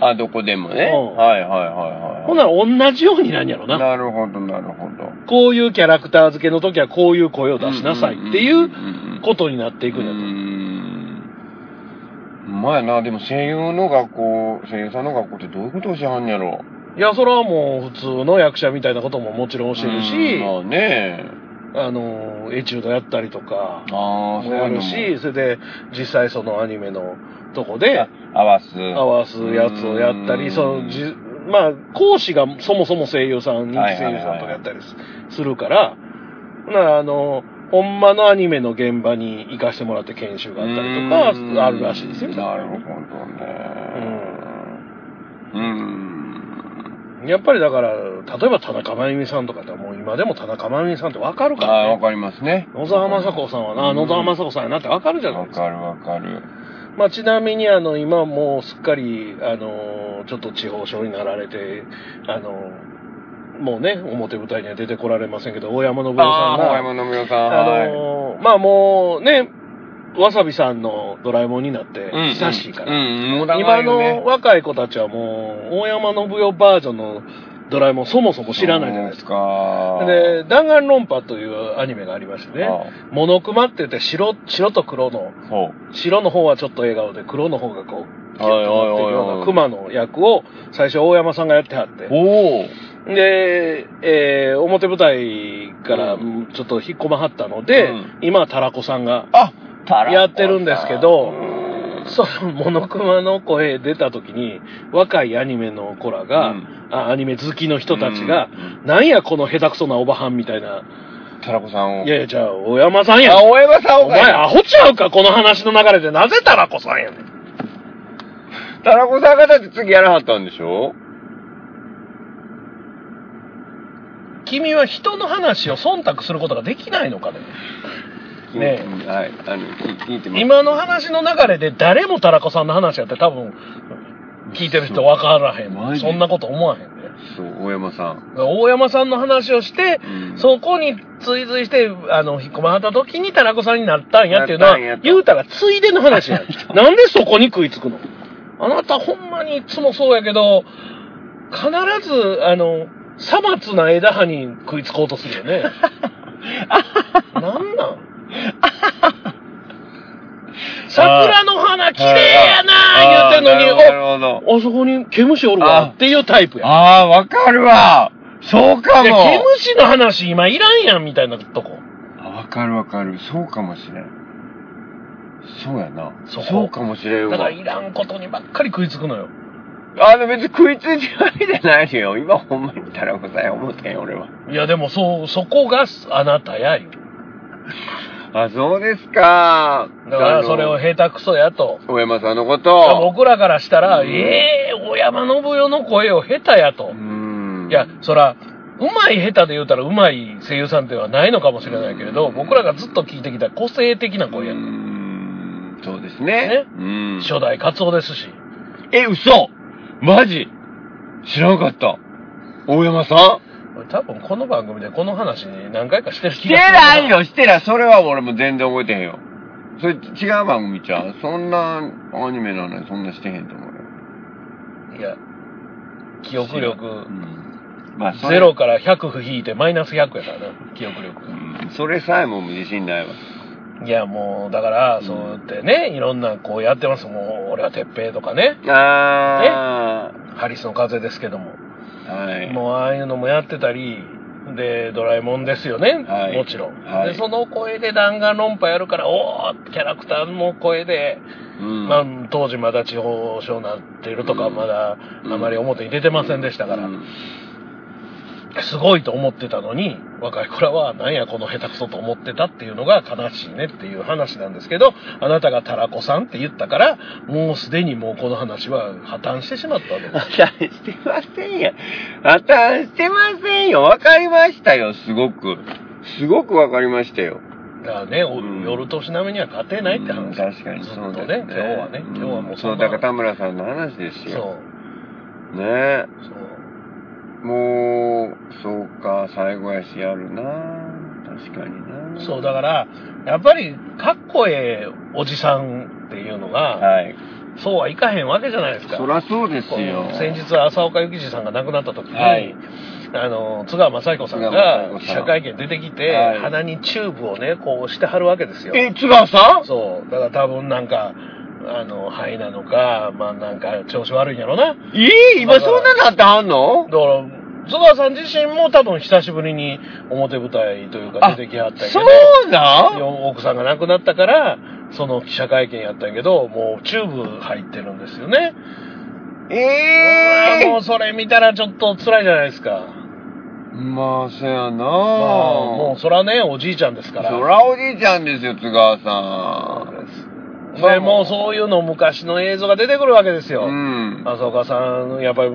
Speaker 2: あ、どこでもね。
Speaker 1: うん
Speaker 2: はいはいはいはい。
Speaker 1: ほんなら同じようになんやろな。
Speaker 2: なるほどなるほど。
Speaker 1: こういうキャラクター付けの時はこういう声を出しなさいっていうことになっていくん
Speaker 2: う
Speaker 1: だと。
Speaker 2: ーん。まあな、でも声優の学校、声優さんの学校ってどういうことをしはんやろ
Speaker 1: いや、それはもう普通の役者みたいなことももちろん
Speaker 2: う。
Speaker 1: 教える
Speaker 2: うん
Speaker 1: し、
Speaker 2: まあね。
Speaker 1: あの、エチュードやったりとか、
Speaker 2: ああ、そう
Speaker 1: もあ
Speaker 2: いうの
Speaker 1: る
Speaker 2: も
Speaker 1: し、それで、実際そのアニメのとこで、
Speaker 2: 合わす。
Speaker 1: 合わすやつをやった
Speaker 2: う
Speaker 1: り、
Speaker 2: ん
Speaker 1: そのじ、まあ、講師がそもそも声優さん、人気
Speaker 2: はいはい
Speaker 1: 声
Speaker 2: はい
Speaker 1: 優さんとかやったりすするから、ほならあの、ほんまのアニメの現場に行かしてもらって研修があったりと
Speaker 2: うん
Speaker 1: か、あるらしいですよ。
Speaker 2: なるほどね。うん。
Speaker 1: やっぱりだから、例えば田中真由美さんとかってもう今でも田中真由美さんってわかる
Speaker 2: あ
Speaker 1: か
Speaker 2: あ、
Speaker 1: ら
Speaker 2: わ
Speaker 1: ね。
Speaker 2: かりますね。
Speaker 1: 野沢雅子さんはな、
Speaker 2: うん
Speaker 1: 野沢雅子さんやなってわかるじゃない
Speaker 2: わ
Speaker 1: ですか。
Speaker 2: かるわかる。
Speaker 1: まあ、ちなみにあの、今もうすっかり、あの、ちょっと地方症になられて、あの、もうね、表舞台には出てこられませんけど、大山信夫さん
Speaker 2: ああ、
Speaker 1: が、
Speaker 2: 大
Speaker 1: あ
Speaker 2: 山信代さん。はい
Speaker 1: の、まあもうね、わさびさんのドラえもんになって
Speaker 2: うん
Speaker 1: 親しいから、
Speaker 2: うん、もうだ
Speaker 1: 今
Speaker 2: まよね
Speaker 1: の若い子たちはもう、大山信夫バージョンのドラえもんそもそも知らないじゃないですか。
Speaker 2: か
Speaker 1: で、弾丸論破というアニメがありましてね、
Speaker 2: あ
Speaker 1: モノクマって言って白、白と黒の、
Speaker 2: あそう。
Speaker 1: 白の方はちょっと笑顔で、黒の方がこう、キュッとなってる
Speaker 2: はいはいはい
Speaker 1: よう
Speaker 2: はい
Speaker 1: な熊の役を最初大山さんがやってはって、
Speaker 2: おお。
Speaker 1: で、えー表舞台から
Speaker 2: う
Speaker 1: うんちょっと引っ込まはったので、
Speaker 2: うん
Speaker 1: 今はタラコさんが、
Speaker 2: あ
Speaker 1: やってるんですけど
Speaker 2: うん
Speaker 1: そのモノクマの声出た時に、若いアニメの子らが、
Speaker 2: うん
Speaker 1: あアニメ好きの人たちが
Speaker 2: う、ん
Speaker 1: なんやこの下手くそなおばはんみたいな、
Speaker 2: タラコさんを。
Speaker 1: いやいや、じゃあ、大山さんや
Speaker 2: あ、大山さん
Speaker 1: お
Speaker 2: を
Speaker 1: 前、
Speaker 2: かい
Speaker 1: アホちゃうか、この話の流れで。なぜタラコさんやねん。
Speaker 2: タラコさんがだって次やらはったんでしょ
Speaker 1: 君は人の話を忖度することができないのかね。ねえ
Speaker 2: うんはい。あの、聞聞いてます。
Speaker 1: 今の話の流れで誰もタラコさんの話やって多分、聞いてる人分からへ
Speaker 2: マ
Speaker 1: ん。
Speaker 2: ジ
Speaker 1: そんなこと思わへんね。
Speaker 2: そう、大山さん。
Speaker 1: 大山さんの話をして、
Speaker 2: うん
Speaker 1: そこに追随して、あの、引っ込まはった時にタラコさんになったんやっていうの
Speaker 2: なっ
Speaker 1: は
Speaker 2: たんやと、
Speaker 1: 言うたらついでの話 やん。なんでそこに食いつくのあなたほんまにいつもそうやけど、必ず、あの、さまつな枝葉に食いつこうとするよ ね。なんなん桜の花綺麗やな言うてんのに、
Speaker 2: あーなるほどなるほど。
Speaker 1: お、あそこに毛虫おるわっていうタイプや。
Speaker 2: ああ、わかるわ。そうか
Speaker 1: いや、
Speaker 2: も。
Speaker 1: 毛虫の話今いらんやんみたいなとこ。
Speaker 2: あわかるわかる。そうかもしれん。そうやな。
Speaker 1: そ
Speaker 2: そううかもしれん
Speaker 1: だか
Speaker 2: わ
Speaker 1: ら。いらんことにばっかり食いつくのよ。
Speaker 2: あの別に食いついてないじゃないのよ。今ほんまにタラコさんや思ったんよ、俺は。
Speaker 1: いや、でもそう、そこがあなたやよ。
Speaker 2: あ、そうですか。
Speaker 1: だからそれ
Speaker 2: あ
Speaker 1: を
Speaker 2: の
Speaker 1: 下手くそやと。
Speaker 2: 大山さんのこ
Speaker 1: だから
Speaker 2: と。
Speaker 1: 僕らからしたら、
Speaker 2: うん
Speaker 1: ええー、小山信代の声を下手やと
Speaker 2: う。ん。
Speaker 1: いや、そら、うまい下手で言うたらうまい声優さんではないのかもしれないけれど、僕らがずっと聞いてきた個性的な
Speaker 2: う
Speaker 1: 声や。
Speaker 2: ん。そうです
Speaker 1: ね
Speaker 2: ね。うん。
Speaker 1: 初代カツオですし。
Speaker 2: え、嘘マジ知らなかった。大山さん
Speaker 1: 俺多分この番組でこの話何回かしてる
Speaker 2: し
Speaker 1: 気
Speaker 2: て
Speaker 1: がする。
Speaker 2: ないよ、してない。それは俺も全然覚えてへんよ。それ違う番組ちゃうそんなアニメなのにそんなしてへんと思うよ。
Speaker 1: いや、記憶
Speaker 2: う
Speaker 1: 力、
Speaker 2: ん。まあ、それ
Speaker 1: ゼロ。から100引いてマイナス100やからな、記憶力
Speaker 2: う
Speaker 1: が。
Speaker 2: んそれさえも自信ないわ。
Speaker 1: いや、もう、だから、
Speaker 2: ん
Speaker 1: そうやってね、いろんなこうやってます。もう、俺は鉄平とかね、
Speaker 2: あ
Speaker 1: ハリスの風ですけども、
Speaker 2: ー。はい。
Speaker 1: もうああいうのもやってたり、で、ドラえもんですよね、
Speaker 2: はい
Speaker 1: もちろん。
Speaker 2: はい
Speaker 1: で、その声で弾丸論破やるから、おーキャラクターの声で、
Speaker 2: うん
Speaker 1: まあ、当時まだ地方症になってるとか、
Speaker 2: うん
Speaker 1: まだ
Speaker 2: うん
Speaker 1: あまり表に出てませんでしたから、
Speaker 2: うん
Speaker 1: すごいと思ってたのに、若い子らは、なんやこの下手くそと思ってたっていうのが悲しいねっていう話なんですけど、あなたがタラコさんって言ったから、もうすでにもうこの話は破綻してしまったわけで
Speaker 2: 破綻してませんよ。破綻してませんよ。わかりましたよ、すごく。すごくわかりましたよ。
Speaker 1: す。だからね、お
Speaker 2: うん
Speaker 1: 夜年並みには勝てないって話。
Speaker 2: うん確かに
Speaker 1: ずっ
Speaker 2: そ
Speaker 1: と
Speaker 2: うで
Speaker 1: ね、
Speaker 2: す
Speaker 1: 今日はね、
Speaker 2: ん
Speaker 1: 今日はもう
Speaker 2: そう、
Speaker 1: んな
Speaker 2: だから田村さんの話です
Speaker 1: そ
Speaker 2: よ。
Speaker 1: う。
Speaker 2: ねえ。
Speaker 1: そう。
Speaker 2: もう、そうか、最後やしやるな確かにな
Speaker 1: そう、だから、やっぱり、かっこええおじさんっていうのが、
Speaker 2: はい。
Speaker 1: そうはいかへんわけじゃないですか。
Speaker 2: そらそうですよ。
Speaker 1: 先日、浅岡幸二さんが亡くなった時に、
Speaker 2: はい
Speaker 1: あの津川雅彦さん
Speaker 2: 津川
Speaker 1: が
Speaker 2: 雅彦さん
Speaker 1: 記者会見出てきて、
Speaker 2: はい
Speaker 1: 鼻にチューブをねこうしてはるわけですよ
Speaker 2: え、津川さん
Speaker 1: そうだから多分なんかあの肺なのかまあなんか調子悪いんやろなだか
Speaker 2: え今そんななってはんの
Speaker 1: ら津川さん自身も多分久しぶりに表舞台というか出てきはったんやけど、
Speaker 2: そうなん
Speaker 1: よ奥さんが亡くなったから、その記者会見やったんやけど、もうチューブ入ってるんですよね。
Speaker 2: ええ
Speaker 1: もうそれ見たらちょっと辛いじゃないですか。
Speaker 2: まあ、そ
Speaker 1: まあ、
Speaker 2: やな
Speaker 1: もうそらね、おじいちゃんですから。
Speaker 2: そらおじいちゃんですよ、津川さん。
Speaker 1: でもうそういうの昔の映像が出てくるわけですよ。
Speaker 2: うん。あ
Speaker 1: 浅岡さん、やっぱり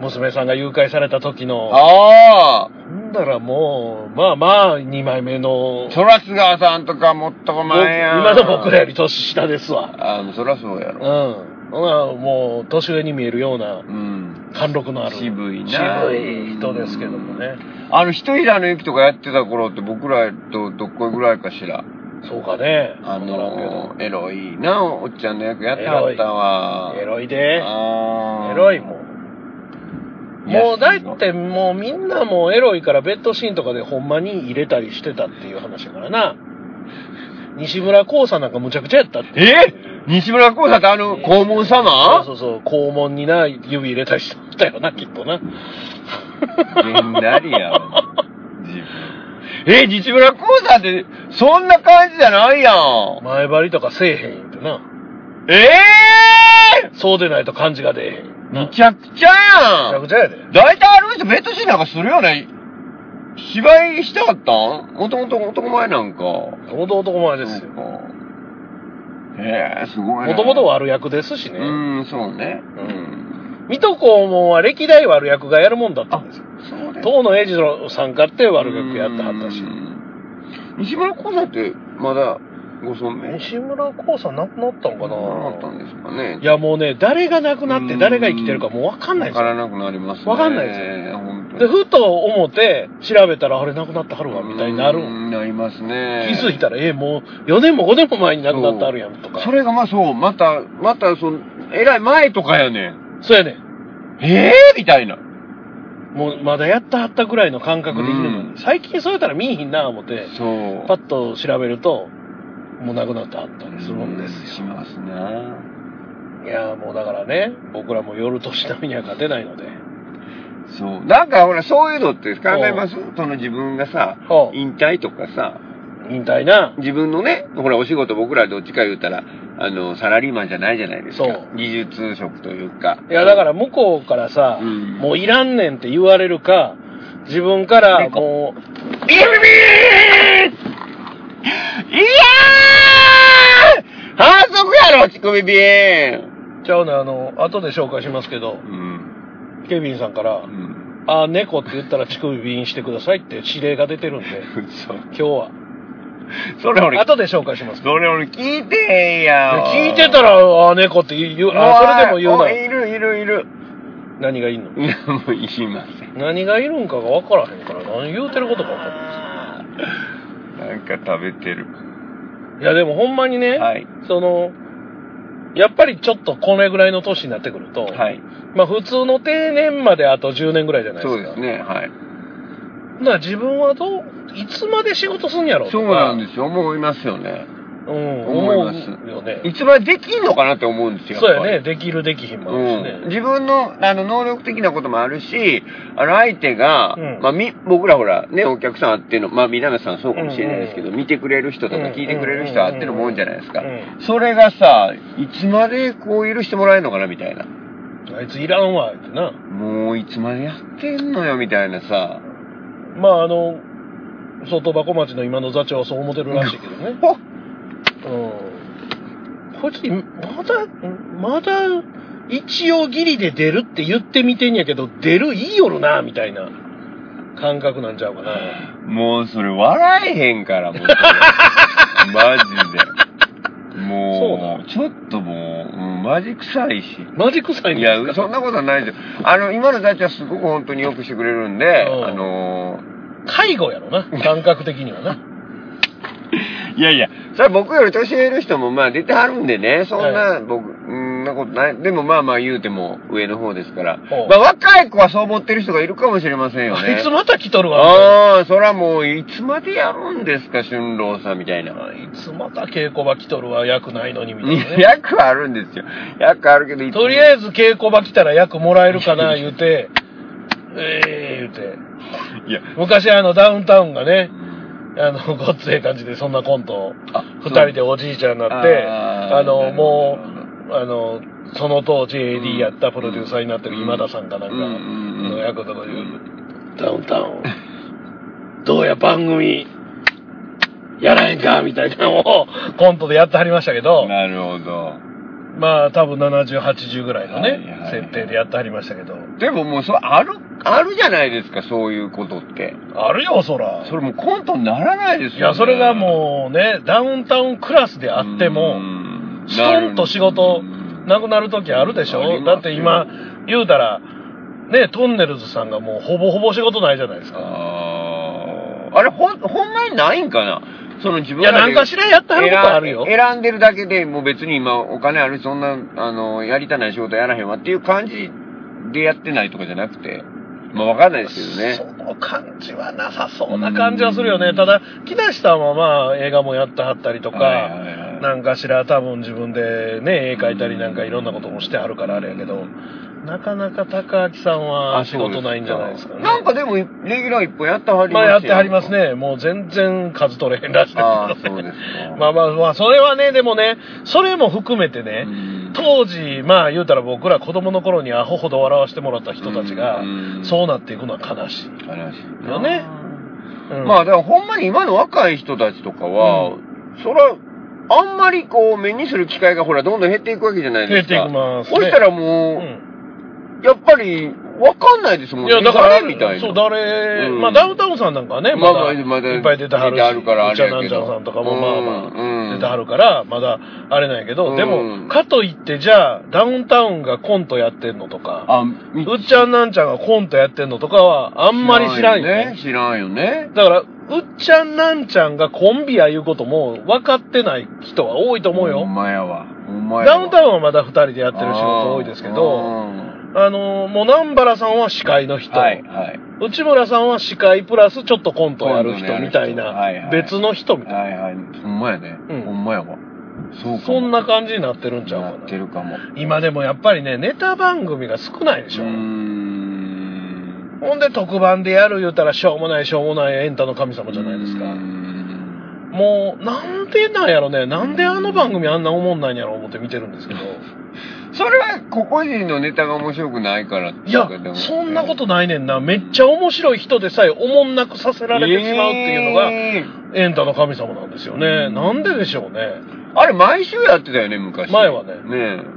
Speaker 1: 娘さんが誘拐された時の。
Speaker 2: あ
Speaker 1: なんだらもう、まあまあ、2枚目の、
Speaker 2: そら津川さんとかもっと前やん。
Speaker 1: 今の僕らより年下ですわ。
Speaker 2: あの、そらそうや
Speaker 1: うん。
Speaker 2: ろ。
Speaker 1: まあもう、年上に見えるような、
Speaker 2: うん。
Speaker 1: 貫禄のある。
Speaker 2: 渋いな
Speaker 1: 渋い人ですけどもね。
Speaker 2: あの、一平のゆきとかやってた頃って僕らとどっこいぐらいかしら。
Speaker 1: そうかね。
Speaker 2: あ
Speaker 1: わからん
Speaker 2: の、エロいな、おっちゃんの役やってはったわ。
Speaker 1: けどエロいで。
Speaker 2: あー
Speaker 1: エロいもん。
Speaker 2: いや
Speaker 1: もうだってもうみんなもうエロいからベッドシーンとかでほんまに入れたりしてたっていう話だからな。西村光さんなんかむちゃくちゃやったって。
Speaker 2: え西村光さんってあの、黄門様
Speaker 1: そうそうそう、肛門にな、指入れたりしたよな、きっとな。
Speaker 2: げんなりやわ。自分。え、西村光さんって、そんな感じじゃないやん。
Speaker 1: 前張りとかせえへん言うてな。
Speaker 2: え
Speaker 1: そうでないと感じが出えへん。
Speaker 2: えー、
Speaker 1: な
Speaker 2: むちゃくちゃ
Speaker 1: むち
Speaker 2: や
Speaker 1: ゃ
Speaker 2: ん
Speaker 1: く。ちゃやで。
Speaker 2: 大体あの人ベッドシーンなんかするよね。芝居したかったんもともと男前なんか。
Speaker 1: もともと男前です
Speaker 2: そう
Speaker 1: よ。
Speaker 2: か。ええすごいな。
Speaker 1: もともと悪役ですしね。
Speaker 2: うん、そうね。
Speaker 1: う
Speaker 2: うん。
Speaker 1: 水戸黄門は歴代悪役がやるもんだったんですよ。
Speaker 2: そうね。
Speaker 1: 当の英二さんかって悪役やってはったし
Speaker 2: う。ん。西村光さんって、まだ、ご存命
Speaker 1: 西村光さん亡くなったんかな
Speaker 2: なったんですかね。
Speaker 1: いやもうね、誰が亡くなって誰が生きてるかもうわかんないんで
Speaker 2: わ
Speaker 1: す
Speaker 2: か
Speaker 1: よ。
Speaker 2: らなくなりますね。
Speaker 1: わかんないです
Speaker 2: よ。本当
Speaker 1: で、ふと思って調べたら、あれ亡くなってはるわ、みたいになる
Speaker 2: う。んなりますね。
Speaker 1: 気づいたら、ええ、もう4年も5年も前に亡くなってはるやんとか。
Speaker 2: それがまあそう、また、また、その、えらい前とかやねん。
Speaker 1: そうやねん。
Speaker 2: ええみたいな。
Speaker 1: もうまだやったはったぐらいの感覚でいるの
Speaker 2: うん
Speaker 1: に、最近そうやったら見えひんな思って、
Speaker 2: そう。
Speaker 1: パッと調べると、もう亡くなってはったりするんです
Speaker 2: し
Speaker 1: よ。
Speaker 2: ますね。
Speaker 1: いやもうだからね、僕らも夜年並みには勝てないので。
Speaker 2: そう。なんかほら、そういうのって考えますその自分がさ、
Speaker 1: ほう
Speaker 2: 引退とかさ、
Speaker 1: 引退な。
Speaker 2: 自分のね、ほら、お仕事僕らどっちか言うたら、あの、サラリーマンじゃないじゃないですか。
Speaker 1: そう
Speaker 2: 技術職というか。
Speaker 1: いや、だから向こうからさ、
Speaker 2: うん
Speaker 1: もういらんねんって言われるか、自分から
Speaker 2: 猫
Speaker 1: もう、
Speaker 2: ビビビーいやー反則やろ、乳首ビーン
Speaker 1: ちゃうの、あの、後で紹介しますけど、
Speaker 2: うん。
Speaker 1: ケビンさんから
Speaker 2: う、ん。
Speaker 1: あ、猫って言ったら乳首ビンしてくださいって指令が出てるんで、今日は。
Speaker 2: それ俺、
Speaker 1: 後で紹介します。
Speaker 2: それ俺聞いてへんやん。
Speaker 1: 聞いてたら、あ、猫って言う、あ、それでも
Speaker 2: おい
Speaker 1: 言う
Speaker 2: いるいるいる。
Speaker 1: な。何がいんの
Speaker 2: いや、もう言いません。
Speaker 1: 何がいるんかが分からへんから、何言うてることか分からへん
Speaker 2: なんか食べてる。
Speaker 1: いや、でもほんまにね、
Speaker 2: はい。
Speaker 1: その、やっぱりちょっとこれぐらいの年になってくると、
Speaker 2: はい。
Speaker 1: まあ普通の定年まであと10年ぐらいじゃないです
Speaker 2: そ
Speaker 1: か。
Speaker 2: うですね、はい。
Speaker 1: だから自分はどう、いつまで仕事すんやろ。
Speaker 2: そうなんですすよ、思いますよね。
Speaker 1: うん、
Speaker 2: 思
Speaker 1: 思
Speaker 2: いうます
Speaker 1: よね。
Speaker 2: いつまでできんのかなって思うんですよ。
Speaker 1: そうや
Speaker 2: っぱ
Speaker 1: ね。
Speaker 2: り。
Speaker 1: できるできひんもあるし
Speaker 2: うん、
Speaker 1: ね。
Speaker 2: 自分のあの能力的なこともあるし、あの相手が、
Speaker 1: うん
Speaker 2: まあ、み僕らほら、ね、お客さんあっての、まあ、皆さんそうかもしれないですけど、
Speaker 1: う
Speaker 2: 見てくれる人とか聞いてくれる人あってのもんじゃないですか
Speaker 1: う、ん
Speaker 2: それがさ、いつまでこう許してもらえるのかなみたいな、
Speaker 1: あいついらんわ、ってな。
Speaker 2: もういつまでやってんのよみたいなさ、
Speaker 1: まああの、外箱町の今の座長はそう思ってるらしいけどね。
Speaker 2: ほっ
Speaker 1: うん。こいつ、まだ、まだ、一応ギリで出るって言ってみてんやけど、出るいいよるな、みたいな感覚なんちゃうかな。
Speaker 2: もうそれ笑えへんから、もう それ。マジで。もう、ちょっともう、うんマジ臭いし。
Speaker 1: マジ臭いん
Speaker 2: い
Speaker 1: ですか
Speaker 2: や、そんなことはないですよ。あの、今の大ちはすごく本当によくしてくれるんで、
Speaker 1: うん
Speaker 2: あの
Speaker 1: 介護やろな、感覚的にはな。
Speaker 2: ーいやいや、それは僕より年上の人もまあ出てはるんでね、そんな、僕、うんなことない。でもまあまあ言うても上の方ですから。
Speaker 1: ほう
Speaker 2: まあ若い子はそう思ってる人がいるかもしれませんよ
Speaker 1: あ
Speaker 2: ね。
Speaker 1: いつまた来とるわ。
Speaker 2: ああ、そらもう、いつまでやるんですか、春郎さんみたいな。
Speaker 1: あいつまた稽古場来とるわ、役ないのに、 みたいな、 ね。
Speaker 2: 役はあるんですよ。役あるけど、いつも
Speaker 1: とりあえず稽古場来たら役もらえるかな、言うて、ええー、言うて。
Speaker 2: いや、
Speaker 1: 昔あのダウンタウンがね
Speaker 2: う、ん
Speaker 1: あの、 ごっつええ感じでそんなコントを、
Speaker 2: あ
Speaker 1: 二人でおじいちゃんになって、
Speaker 2: あー
Speaker 1: あの、も
Speaker 2: なるほ
Speaker 1: う、あの、その当時 AD やったプロデューサーになってる今田さんかなんか
Speaker 2: うん
Speaker 1: の役とかいう、ダウンタウン、どうや番組、やらへんか、みたいなのをコントでやってはりましたけど、
Speaker 2: なるほど。
Speaker 1: まあ多分70、80ぐらいの
Speaker 2: はいはいは
Speaker 1: ね、
Speaker 2: い
Speaker 1: 設定でやってはりましたけど、
Speaker 2: でももう、それある、あるじゃないですか、そういうことって。
Speaker 1: あるよ、そら。
Speaker 2: それもうコントにならないですよ、ね。
Speaker 1: いや、それがもうね、ダウンタウンクラスであっても、
Speaker 2: うん
Speaker 1: ストンと仕事なくなる時あるでし
Speaker 2: あり
Speaker 1: ょ
Speaker 2: ますよ
Speaker 1: だって今、言うたら、ね、トンネルズさんがもうほぼほぼ仕事ないじゃないですか。
Speaker 2: あーあれ、ほん、ほんまにないんかなその自分
Speaker 1: いや、
Speaker 2: ら
Speaker 1: な
Speaker 2: で
Speaker 1: んかしらやってはることあるよ。
Speaker 2: 選ん選んでるだけでもう別に今お金あるしそんなあのやりたない仕事やらへんわっていう感じでやってないとかじゃなくてまあわかんないですけどね
Speaker 1: その感じはなさそうな感じはするよね。ただ、木梨さんはまあ映画もやってはったりとか、
Speaker 2: はいはいはい
Speaker 1: なんかしら多分自分でね、絵描いたりなんかいろんなこともしてはるからあれやけど、なかなか高明さんは仕事ないんじゃないですかね。
Speaker 2: なんかでもレギュラー一本やってはり
Speaker 1: ま
Speaker 2: ます
Speaker 1: あや
Speaker 2: よ
Speaker 1: ってはりますね。もう全然数取れへんらしいです
Speaker 2: ああ
Speaker 1: けどね
Speaker 2: そうですか
Speaker 1: まあまあまあ、それはね、でもね、それも含めてね、
Speaker 2: うん
Speaker 1: 当時、まあ言うたら僕ら子供の頃にアホほど笑わせてもらった人たちが
Speaker 2: うん、
Speaker 1: そうなっていくのは悲しい。
Speaker 2: 話です
Speaker 1: よねうん
Speaker 2: まあだからほんまに今の若い人たちとかは、
Speaker 1: う
Speaker 2: そらあんまりこう目にする機会がほらどんどん減っていくわけじゃないですか
Speaker 1: 減っていきますね
Speaker 2: そしたらもう、
Speaker 1: う
Speaker 2: やっぱり、わかんないですもん
Speaker 1: ん。い
Speaker 2: ね。
Speaker 1: や、だから、
Speaker 2: 誰みたいな。
Speaker 1: そう、誰、
Speaker 2: うん
Speaker 1: まあ、ダウンタウンさんなんかはね、
Speaker 2: ま
Speaker 1: ま
Speaker 2: あ
Speaker 1: だ、
Speaker 2: まあまだ
Speaker 1: いっぱい出てはるし、
Speaker 2: 出てはるからあ
Speaker 1: うちゃ
Speaker 2: れや
Speaker 1: なん
Speaker 2: け
Speaker 1: ち
Speaker 2: ど
Speaker 1: ゃんさんとかもまあ
Speaker 2: うん
Speaker 1: ま
Speaker 2: う
Speaker 1: あ、
Speaker 2: ん
Speaker 1: 出てはるから、まだ、あれなんやけど、で
Speaker 2: うん
Speaker 1: も、かといって、じゃあ、ダウンタウンがコントやってんのとか、
Speaker 2: あ、み
Speaker 1: うっちゃんなんちゃんがコントやってんのとかは、あんまり知らんよね。
Speaker 2: 知らんよね。
Speaker 1: だから、うっちゃんなんちゃんがコンビやいうことも分かってない人は多いと思う
Speaker 2: ほん
Speaker 1: よ。
Speaker 2: まやわ。ほんまや
Speaker 1: ダウンタ
Speaker 2: ウン
Speaker 1: ウンはまだ二人でやってる仕事多いですけど、あのー、もう南原さんは司会の人、
Speaker 2: はい、はい。
Speaker 1: 内村さんは司会プラスちょっとコントやる人みたい
Speaker 2: コントやる人はいは
Speaker 1: な、
Speaker 2: い
Speaker 1: 別の人みたい
Speaker 2: はい、はい。ほんまやね。
Speaker 1: うん
Speaker 2: ほんまやわ。そうかも
Speaker 1: な。。そんな感じになってるんちゃう
Speaker 2: な
Speaker 1: か
Speaker 2: って
Speaker 1: な。
Speaker 2: るかも。う
Speaker 1: 今でもやっぱりね、ネタ番組が少ないでし
Speaker 2: ー
Speaker 1: ょ。
Speaker 2: ん。
Speaker 1: ほんで特番でやる言うたらしょうもないしょうもないエンタの神様じゃないですか。
Speaker 2: うーん
Speaker 1: もう、なんでなんやろね。なんであの番組あんなおもんないんやろ思って見てるんですけど。
Speaker 2: それは個々人のネタが面白くないからって
Speaker 1: い
Speaker 2: いう
Speaker 1: や
Speaker 2: かでも、
Speaker 1: そんなことないねんな。めっちゃ面白い人でさえおもんなくさせられてしまうっていうのが、
Speaker 2: えー
Speaker 1: エンタの神様なんですよね。なんででしょうね。
Speaker 2: あれ毎週やってたよね、昔。
Speaker 1: 前はね
Speaker 2: ね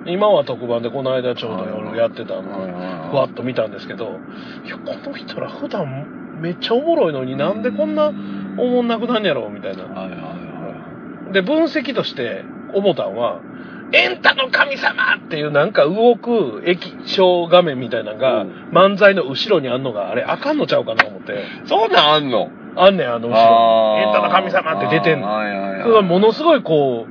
Speaker 2: え。
Speaker 1: 今は特番でこの間ちょうど夜やってたの
Speaker 2: はいはいはい
Speaker 1: をふわっと見たんですけど、いや、この人ら普段めっちゃおもろいのになんでこんなおもんなくなんやろみたいな。
Speaker 2: はいはいはい。
Speaker 1: で、分析として思ったんは、エンタの神様っていうなんか動く液晶画面みたいなのが、
Speaker 2: うん
Speaker 1: 漫才の後ろにあんのが、あれあかんのちゃうかな思って。
Speaker 2: そうなんあんの
Speaker 1: あんねん、あの後ろ
Speaker 2: あ
Speaker 1: に。
Speaker 2: ー
Speaker 1: エンタの神様って出てんの。
Speaker 2: はいはいはい
Speaker 1: それがものすごいこ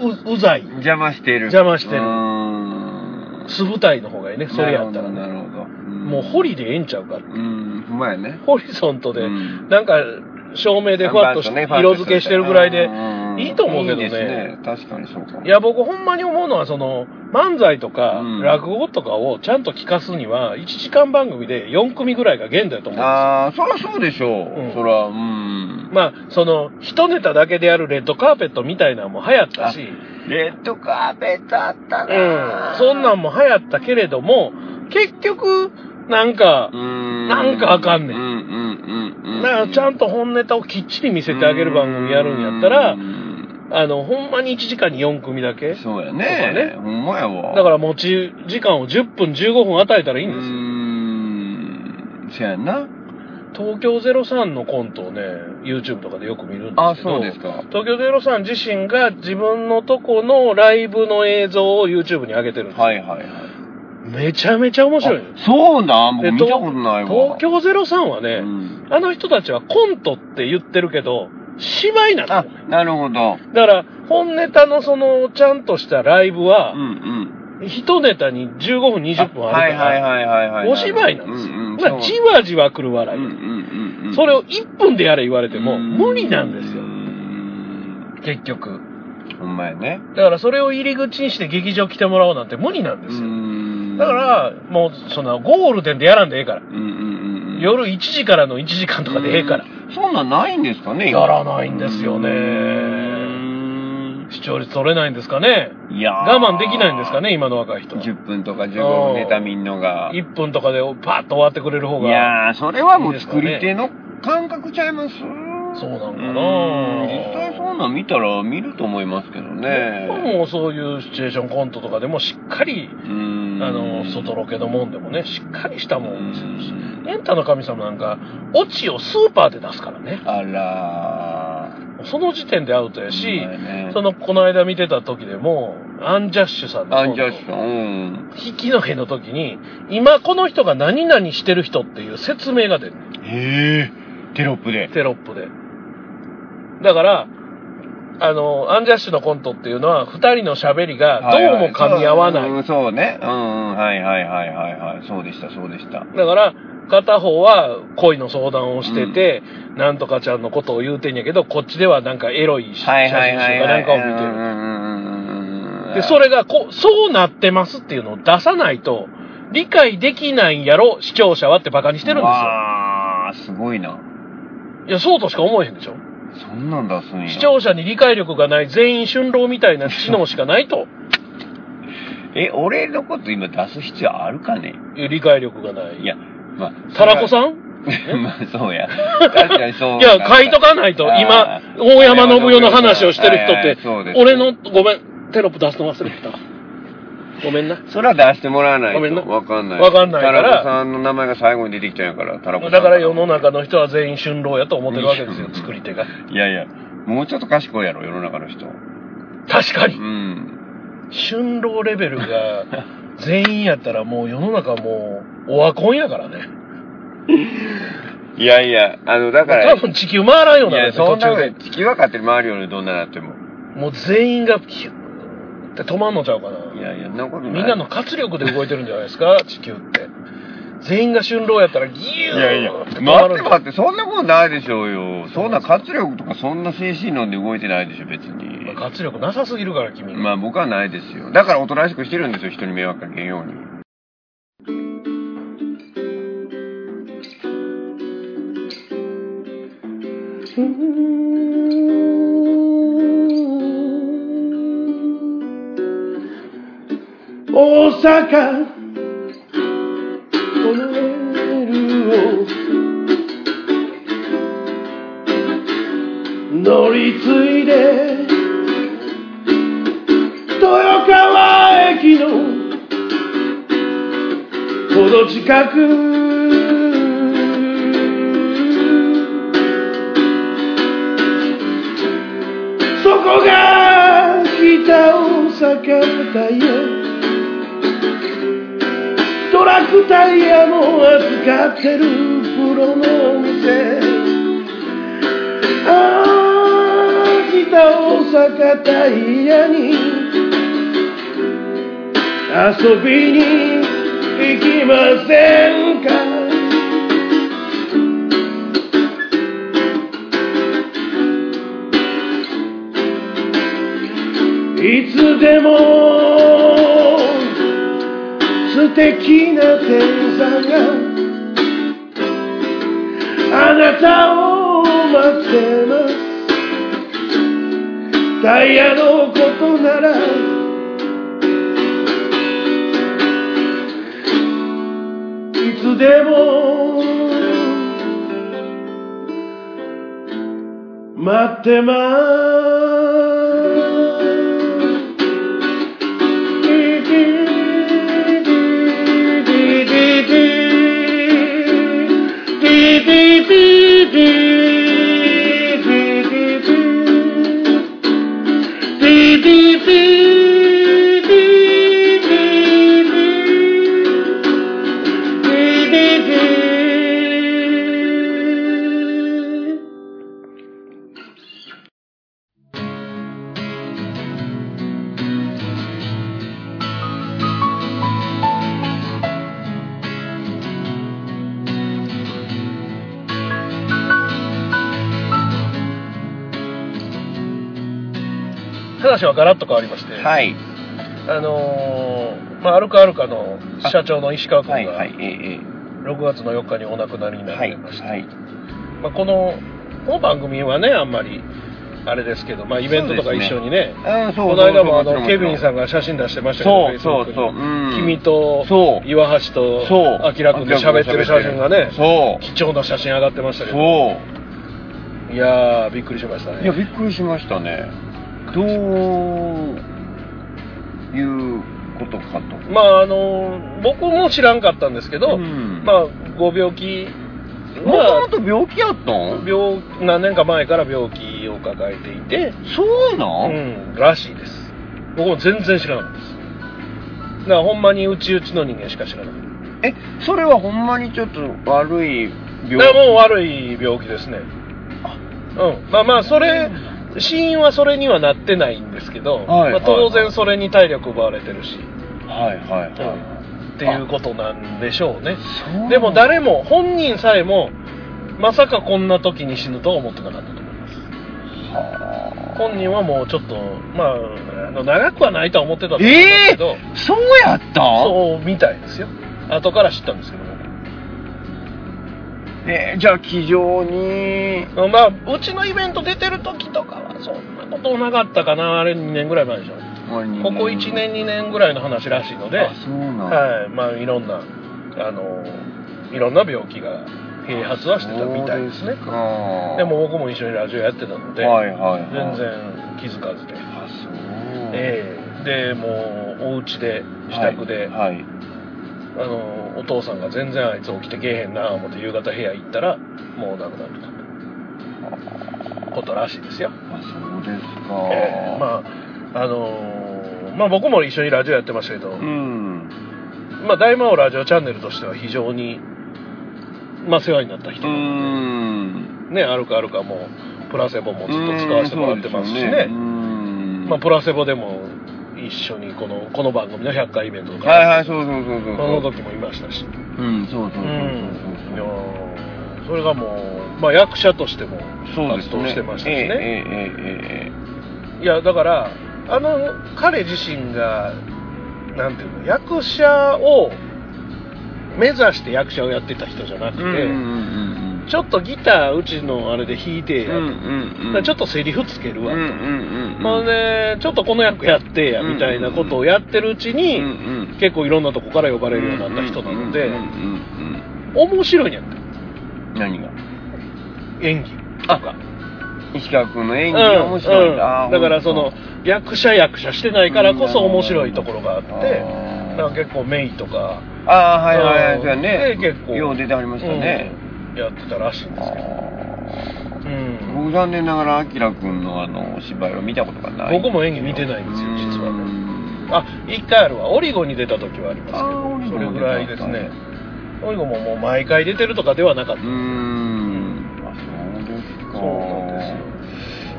Speaker 1: う、う、うざい。
Speaker 2: 邪魔してる。
Speaker 1: 邪魔してる
Speaker 2: うーん
Speaker 1: 素舞台の方がいいね、それやったら
Speaker 2: な
Speaker 1: ね。
Speaker 2: るほど。なるほど
Speaker 1: もうホリでええんちゃうかって。
Speaker 2: うん、ほんまやね。
Speaker 1: ホリゾントで、
Speaker 2: うん
Speaker 1: なんか、照明でふわっとし
Speaker 2: アンバーとね
Speaker 1: 色付けしてるぐらいで
Speaker 2: うんうん、
Speaker 1: いいと思うけど
Speaker 2: いいで
Speaker 1: ね。
Speaker 2: す確かにそうかも。
Speaker 1: いや、僕ほんまに思うのは、その、漫才とか
Speaker 2: うん、
Speaker 1: 落語とかをちゃんと聞かすには、1時間番組で4組ぐらいが限度やと思うんです
Speaker 2: ああ、そらそうでしょう。
Speaker 1: うん
Speaker 2: そら、うん。
Speaker 1: まあ、その、一ネタだけでやるレッドカーペットみたいなのも流行ったし、
Speaker 2: レッドカーペットあった
Speaker 1: う、
Speaker 2: なん
Speaker 1: そんなんも流行ったけれども、結局、なんか、な
Speaker 2: なん
Speaker 1: かあかんねん
Speaker 2: うんうんうんうん。
Speaker 1: なちゃんと本ネタをきっちり見せてあげる番組やるんやったら
Speaker 2: う、ん
Speaker 1: あの、ほんまに1時間に4組だけ。
Speaker 2: そうや
Speaker 1: そう
Speaker 2: ね
Speaker 1: か。ね
Speaker 2: ほんまやわ。
Speaker 1: だから持ち時間を10分、15分与えたらいいん
Speaker 2: う
Speaker 1: ですよ。
Speaker 2: ーん、そやな。
Speaker 1: 東京03のコントをね、YouTube とかでよく見るんで
Speaker 2: あ、
Speaker 1: すけど。
Speaker 2: そうですか。
Speaker 1: 東京03自身が自分のとこのライブの映像を YouTube に上げてるんですよ
Speaker 2: はいはいはい。
Speaker 1: めちゃめちゃ面白い。
Speaker 2: あそうなん
Speaker 1: で
Speaker 2: 僕見たことないわ。
Speaker 1: 東京03はね、
Speaker 2: うん
Speaker 1: あの人たちはコントって言ってるけど、芝居なんです
Speaker 2: あ
Speaker 1: よね。、
Speaker 2: なるほど。
Speaker 1: だから、本ネタのその、ちゃんとしたライブは
Speaker 2: うん、うん。
Speaker 1: 一ネタに15分、20分あ
Speaker 2: は
Speaker 1: る
Speaker 2: い
Speaker 1: か
Speaker 2: はい
Speaker 1: ら、
Speaker 2: はいはいはい。
Speaker 1: お芝居なんですよ。
Speaker 2: うんうん
Speaker 1: だからじわじわ来る
Speaker 2: う
Speaker 1: 笑
Speaker 2: んうん
Speaker 1: い。
Speaker 2: うんうん。
Speaker 1: それを1分でやれ言われても、
Speaker 2: うん
Speaker 1: 無理なんです
Speaker 2: う
Speaker 1: よ。
Speaker 2: ん
Speaker 1: 結局。
Speaker 2: ほんまやね。
Speaker 1: だからそれを入り口にして劇場来てもらおうなんて無理なんですよ。だか、ら、もう、その、ゴールデンでやらんでええから。
Speaker 2: うんうんうんうん
Speaker 1: 夜1時からの1時間とかでええから。
Speaker 2: うんそんなんないんですかね
Speaker 1: やらないんですよね
Speaker 2: うん
Speaker 1: 視聴率取れないんですかね
Speaker 2: いやー
Speaker 1: 我慢できないんですかね今の若い人。
Speaker 2: 10分とか15分ネタ見んのがい
Speaker 1: 1分とかでパッと終わってくれる方が。
Speaker 2: やーそれはもう作り手の感覚ちゃいます
Speaker 1: そうなんかな
Speaker 2: うん実際そんなん見たら見ると思いますけどね
Speaker 1: もうそういうシチュエーションコントとかでもしっかり、
Speaker 2: うん
Speaker 1: あの、外ロケのもんでもね、しっかりしたも
Speaker 2: うん
Speaker 1: を見せるし。
Speaker 2: ん
Speaker 1: エンタの神様なんか、オチをスーパーで出すからね。
Speaker 2: あら
Speaker 1: その時点でアウトや
Speaker 2: ー
Speaker 1: し、
Speaker 2: ほんまやね
Speaker 1: その、この間見てた時でも、アンジャッシュさんの、
Speaker 2: アンジャッシュさんうん
Speaker 1: 引きの絵の時に、今この人が何々してる人っていう説明が出る。
Speaker 2: へえテロップで
Speaker 1: テロップで。だから、あの、アンジャッシュのコントっていうのは、二人の喋りがどうも噛み合わない。
Speaker 2: うんそうねうんうんはいはいはいはいはいそうでしたそうでした
Speaker 1: だから、片方は恋の相談をしてて、なんとかちゃんのことを言うてんやけど、こっちではなんかエロい写真集か
Speaker 2: はいはいはいは。
Speaker 1: ないんかを見てる。
Speaker 2: る
Speaker 1: で、そ、れがこう、そうなってますっていうのを出さないと、理解できないんやろ、視聴者はってバカにしてるんですよ。
Speaker 2: ああ、すごいな。
Speaker 1: いや、そうとしか思えへんでしょ。
Speaker 2: そんなん出すんや。
Speaker 1: 視聴者に理解力がない全員春郎みたいな知能しかないと。
Speaker 2: え、俺のこと今出す必要あるかね
Speaker 1: いう理解力がない。
Speaker 2: いや、まあ。
Speaker 1: タラコ
Speaker 2: ん
Speaker 1: さん
Speaker 2: まあ、そうや。確かにそう。
Speaker 1: いや、書いとかないと。今
Speaker 2: あ、ー
Speaker 1: 大山信代の話をしてる
Speaker 2: はいはい
Speaker 1: 人
Speaker 2: そう
Speaker 1: っ
Speaker 2: で
Speaker 1: て、
Speaker 2: す
Speaker 1: 俺の、ごめん、テロップ出すの忘れてたわ。ごめんな。
Speaker 2: それは出してもらわない
Speaker 1: ごめんな
Speaker 2: と。わかんない。
Speaker 1: わかんないから
Speaker 2: タラコさんの名前が最後に出てきちゃうんやから、タラコさん。
Speaker 1: だから世の中の人は全員春郎やと思ってるわけですよ、作り手が。
Speaker 2: いやいや、もうちょっと賢いやろ、世の中の人。う
Speaker 1: 確かに。
Speaker 2: ん。
Speaker 1: 春郎レベル が全員やったらもう世の中もう、オワコンやからね。
Speaker 2: いやいや、あの、だから、
Speaker 1: 多分地球回らんように
Speaker 2: い
Speaker 1: なる
Speaker 2: や、
Speaker 1: ね
Speaker 2: そ
Speaker 1: 途
Speaker 2: んな
Speaker 1: 中
Speaker 2: こと
Speaker 1: で
Speaker 2: ない。。地球は勝手に回るよね、どんななっても。
Speaker 1: もう全員がピューって止まんのちゃうかな。
Speaker 2: いやいや、そんなことない。
Speaker 1: みんなの活力で動いてるんじゃないですか、 地球って。全員が春郎やったらギュ
Speaker 2: い
Speaker 1: ー
Speaker 2: やいや、
Speaker 1: 止ま
Speaker 2: 待っ
Speaker 1: る
Speaker 2: て
Speaker 1: んだ
Speaker 2: 待って、そんなことないでしょうよ。そんな活力とか、そんな精神論で動いてないでしょ、別に。
Speaker 1: まあ活力なさすぎるから、君。
Speaker 2: まあ僕はないですよ。だからおとなしくしてるんですよ、人に迷惑かけんように。
Speaker 3: 大阪このレールを乗り継いで豊川駅のほど近くそこが北大阪タイヤトラックタイヤも扱ってるプロのお店ああ北大阪タイヤに遊びに行きませんかいつでも素敵な天才があなたを待ってますタイヤのことならいつでも待ってます
Speaker 1: 話はガラッと変わりまして、
Speaker 2: はい。
Speaker 1: あのーまあ、アルカアルカの社長の石川君が、
Speaker 2: はいはい。えええ
Speaker 1: 6月の4日にお亡くなりになられました、
Speaker 2: はい
Speaker 1: まあ、このこの番組はねあんまりあれですけど、まあ、イベントとか一緒にね
Speaker 2: あーそう
Speaker 1: この間もあ
Speaker 2: そう
Speaker 1: の
Speaker 2: そうもちろん
Speaker 1: ケビンさんが写真出してましたけど
Speaker 2: そうそうそう、うん、
Speaker 1: 君と
Speaker 2: そう
Speaker 1: 岩橋と
Speaker 2: そう
Speaker 1: 明君で喋ってる写真がね
Speaker 2: そう
Speaker 1: 貴重な写真上がってましたけど
Speaker 2: そ
Speaker 1: いやーびっくりしました
Speaker 2: ういや
Speaker 1: ね
Speaker 2: びっくりしましたねどういうことかと
Speaker 1: まああのー僕も知らんかったんですけど、
Speaker 2: うん
Speaker 1: まあご病気
Speaker 2: も
Speaker 1: まあ
Speaker 2: ともと病気やったん
Speaker 1: 病何年か前から病気を抱えていて、
Speaker 2: そうな、
Speaker 1: うんん、らしいです僕も全然知らなかったですだからほんまにうちうちの人間しか知らない
Speaker 2: えそれはほんまにちょっと悪い病
Speaker 1: だか
Speaker 2: 気
Speaker 1: らもう悪い病気ですねうんまあまあそれ死因はそれにはなってないんですけど、
Speaker 2: はい
Speaker 1: まあ、当然それに体力奪われてるし、
Speaker 2: はいはいはい、
Speaker 1: っていうことなんでしょうね
Speaker 2: そう
Speaker 1: でも誰も本人さえもまさかこんな時に死ぬとは思ってなかったと思います
Speaker 2: は
Speaker 1: 本人はもうちょっとまああの長くはないとは思ってたと思うんです
Speaker 2: ええ
Speaker 1: けど、
Speaker 2: ー、そうやった
Speaker 1: そうみたいですよ後から知ったんですけども
Speaker 2: えーじゃあ気丈に
Speaker 1: まあうちのイベント出てる時とかはそんなことなかったかなあれ2年ぐらい前でしょここ1年2年ぐらいの話らしいので、
Speaker 2: あそうなん
Speaker 1: はいまあ、いろんなあのいろんな病気が併発はしてたみたいです
Speaker 2: そ
Speaker 1: ね
Speaker 2: うですか
Speaker 1: でも僕も一緒にラジオやってたので、
Speaker 2: はいはいはい
Speaker 1: 全然気づかずで、
Speaker 2: あそう
Speaker 1: ええでもうお家で自宅で、
Speaker 2: はい、はい
Speaker 1: あのお父さんが全然あいつ起きてけえへんな思って夕方部屋行ったらもう亡くなってたことらしいですよ、
Speaker 2: あそうですか、
Speaker 1: ええまああのーまあ僕も一緒にラジオやってましたけど、
Speaker 2: うん
Speaker 1: まあ大魔王ラジオチャンネルとしては非常にまあ世話になった人
Speaker 2: う
Speaker 1: なの
Speaker 2: ん
Speaker 1: でねあるかあるかもうプラセボもずっと使わせてもらってますし
Speaker 2: うんそう
Speaker 1: ね
Speaker 2: でようん
Speaker 1: まあ、プラセボでも一緒にこのこの番組の100回イベントとか、
Speaker 2: はいはいそうそうそうそう
Speaker 1: この時もいましたし、
Speaker 2: うんそうそううそうそうそう
Speaker 1: いやーそれがもう、まあ、役者としても
Speaker 2: そうです
Speaker 1: 活動
Speaker 2: ね
Speaker 1: してましたしね
Speaker 2: ええええええええ
Speaker 1: いやだからあの彼自身がなんていうの役者を目指して役者をやってた人じゃなくて、
Speaker 2: えうんうん
Speaker 1: ちょっとギターうちのあれで弾いてや、
Speaker 2: うんうん
Speaker 1: だ
Speaker 2: う
Speaker 1: か
Speaker 2: ん
Speaker 1: らちょっとセリフつける
Speaker 2: うんう
Speaker 1: わ、
Speaker 2: んうんうん
Speaker 1: まあね、ちょっとこの役やってや、みたいなことをやってるうちに、
Speaker 2: うんうん
Speaker 1: 結構いろんなとこから呼ばれるようになった人なので
Speaker 2: うんうんうん
Speaker 1: 面白いねんて
Speaker 2: うん何が
Speaker 1: 演技とか
Speaker 2: 石川君の
Speaker 1: う
Speaker 2: 演
Speaker 1: ん
Speaker 2: 技が面白い、
Speaker 1: うん
Speaker 2: あー
Speaker 1: だからそ
Speaker 2: ほ
Speaker 1: の
Speaker 2: んと
Speaker 1: 役者役者してないからこそ面白いところがあって
Speaker 2: うん
Speaker 1: なんか結構メイとか
Speaker 2: ああはいはいはいそうや
Speaker 1: で
Speaker 2: ね
Speaker 1: 結構
Speaker 2: よう出てありましたね、
Speaker 1: うんやってたらしいんですけど、うん
Speaker 2: 僕残念ながらあきらくんのあのお芝居を見たことがない
Speaker 1: 僕も演技見てないんですよ実はね
Speaker 2: ね
Speaker 1: あ一回あるわオリゴンに出た時はあり
Speaker 2: あー
Speaker 1: ま
Speaker 2: オリ
Speaker 1: すけ
Speaker 2: ゴ
Speaker 1: ど
Speaker 2: ン
Speaker 1: それぐらいです
Speaker 2: 出
Speaker 1: ねオリゴンももう毎回出てるとかではなかっ
Speaker 2: う
Speaker 1: た
Speaker 2: ーんあそうです
Speaker 1: そ
Speaker 2: か
Speaker 1: うなん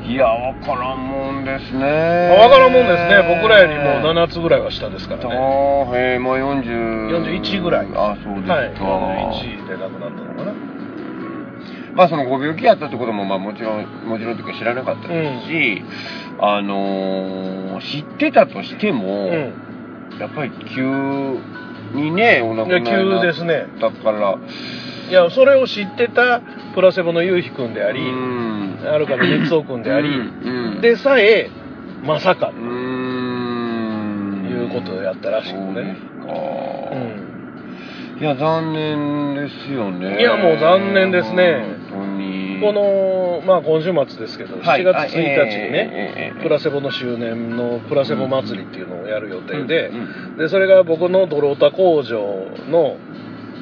Speaker 1: ですよ
Speaker 2: いやわからんもんですね
Speaker 1: わからんもんですね僕らよりも7つぐらいは下ですからね
Speaker 2: ああへえまあ40
Speaker 1: 41ぐらい
Speaker 2: あそうですか、
Speaker 1: はい、41で亡くなったのかな
Speaker 2: まあそのご病気やったってこともまあもちろんもちろんというか知らなかったですし、あのー知ってたとしても、
Speaker 1: う
Speaker 2: やっぱり急にねお亡
Speaker 1: ん
Speaker 2: く
Speaker 1: い
Speaker 2: な
Speaker 1: や
Speaker 2: りに
Speaker 1: 急
Speaker 2: なっ
Speaker 1: ですね
Speaker 2: たから
Speaker 1: いやそれを知ってたプラセボのゆうひくんであり、
Speaker 2: うん
Speaker 1: あるかの熱く君であり、
Speaker 2: うんうん
Speaker 1: でさえまさか
Speaker 2: うーん
Speaker 1: いうことをやったらしくね
Speaker 2: そううですか、
Speaker 1: ん
Speaker 2: いや残念ですよね
Speaker 1: いやもう残念ですね
Speaker 2: 本当に
Speaker 1: この、まあ、今週末ですけど、
Speaker 2: はい
Speaker 1: 7月1日にね、
Speaker 2: ね
Speaker 1: プラセボの周年のプラセボ祭りっていうのをやる予定で,、
Speaker 2: うんうん
Speaker 1: でそれが僕のドロータ工場の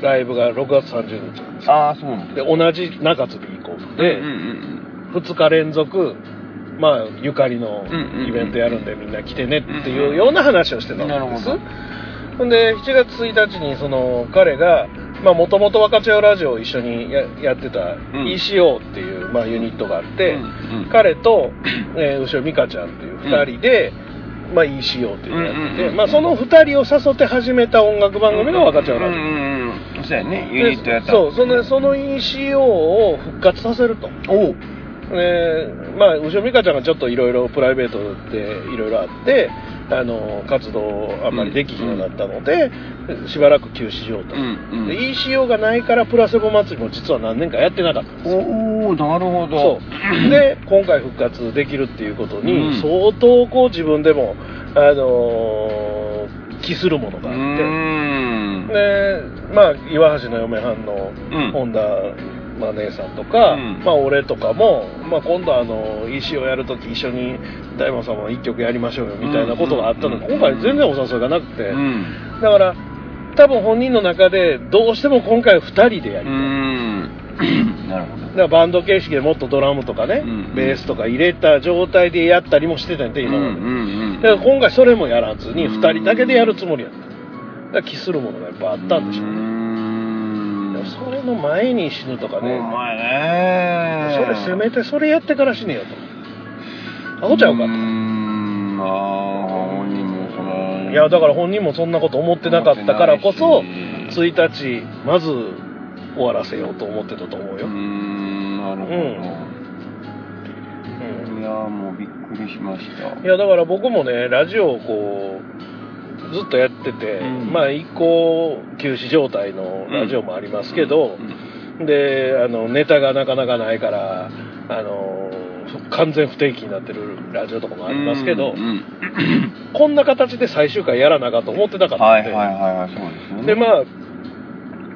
Speaker 1: ライブが6月30日なんですよ
Speaker 2: ああそうなん
Speaker 1: で同じ中津 B コースで、
Speaker 2: うんうん
Speaker 1: 2日連続、まあ、ゆかりの
Speaker 2: んうん
Speaker 1: イベントやるんでみんな来てねっていうような話をしてたん
Speaker 2: なる
Speaker 1: で
Speaker 2: ほ
Speaker 1: す
Speaker 2: ど。
Speaker 1: ほんで7月1日にその彼がもともと若千代ラジオを一緒にややってた
Speaker 2: ん
Speaker 1: ECO っていう、まあ、ユニットがあって、
Speaker 2: うんうん
Speaker 1: 彼と、えー後ろ美香ちゃんっていう2人で、まあ、ECO っていうのをやってて、
Speaker 2: うんうんうん
Speaker 1: まあ、その2人を誘って始めた音楽番組が若千代ラジオ。
Speaker 2: うんうんうんそうやね
Speaker 1: で
Speaker 2: ユニットやった
Speaker 1: そうそのその ECO を復活させると
Speaker 2: おう
Speaker 1: うえーまあ、後ろ美香ちゃんがちょっといろいろプライベートでいろいろあって、あの活動をあんまりできひんようになったので、しばらく休止状態、
Speaker 2: うん
Speaker 1: で ECO がないからプラセボ祭りも実は何年かやってなかったんですよ
Speaker 2: おおなるほど
Speaker 1: そうで今回復活できるっていうことに、
Speaker 2: うん
Speaker 1: 相当こう自分でも、あのー期するもの
Speaker 2: う
Speaker 1: が
Speaker 2: ー
Speaker 1: あって。
Speaker 2: ん
Speaker 1: でまあ岩橋の嫁はんの
Speaker 2: うん
Speaker 1: 本田、まあ、姉さんとか、
Speaker 2: うん
Speaker 1: まあ俺とかも、まあ、今度あの石をやるとき一緒に大門様一曲やりましょうよみたいなことがあったのに、
Speaker 2: うんうん
Speaker 1: 今回全然お誘いがなくて、
Speaker 2: うん
Speaker 1: だから多分本人の中でどうしても今回2人でやりた
Speaker 2: うー
Speaker 1: い、
Speaker 2: んなるほど
Speaker 1: だからバンド形式でもっとドラムとかね、
Speaker 2: うん
Speaker 1: ベースとか入れた状態でやったりもしてたんで
Speaker 2: うん
Speaker 1: 今まで、
Speaker 2: うんうん
Speaker 1: だから今回それもやらずに
Speaker 2: うん
Speaker 1: 2人だけでやるつもりやっただから期するものがやっぱあったんでしょうね、
Speaker 2: うーん
Speaker 1: でもそれの前に死ぬとか
Speaker 2: お
Speaker 1: ね、
Speaker 2: 前ね
Speaker 1: それせめてそれやってから死ねよとアホちゃうか
Speaker 2: うー
Speaker 1: と、
Speaker 2: んああ本人もその
Speaker 1: いやだから本人もそんなこと思ってなかったからこそ
Speaker 2: 思ってないし
Speaker 1: 1日まず終わらせようと思ってたと思うよ、う
Speaker 2: うー
Speaker 1: ん
Speaker 2: なるほど、
Speaker 1: ん
Speaker 2: いやーもうびっくりしました
Speaker 1: いやだから僕もねラジオをこうずっとやってて、
Speaker 2: うん
Speaker 1: まあ一個休止状態のラジオもありますけど、であのネタがなかなかないからあのふ完全不定期になってるラジオとかもありますけど、
Speaker 2: うんうん
Speaker 1: こんな形で最終回やらなあかんと思ってなかった
Speaker 2: はい
Speaker 1: んで、
Speaker 2: はいはいはいそうですよね
Speaker 1: でまあ、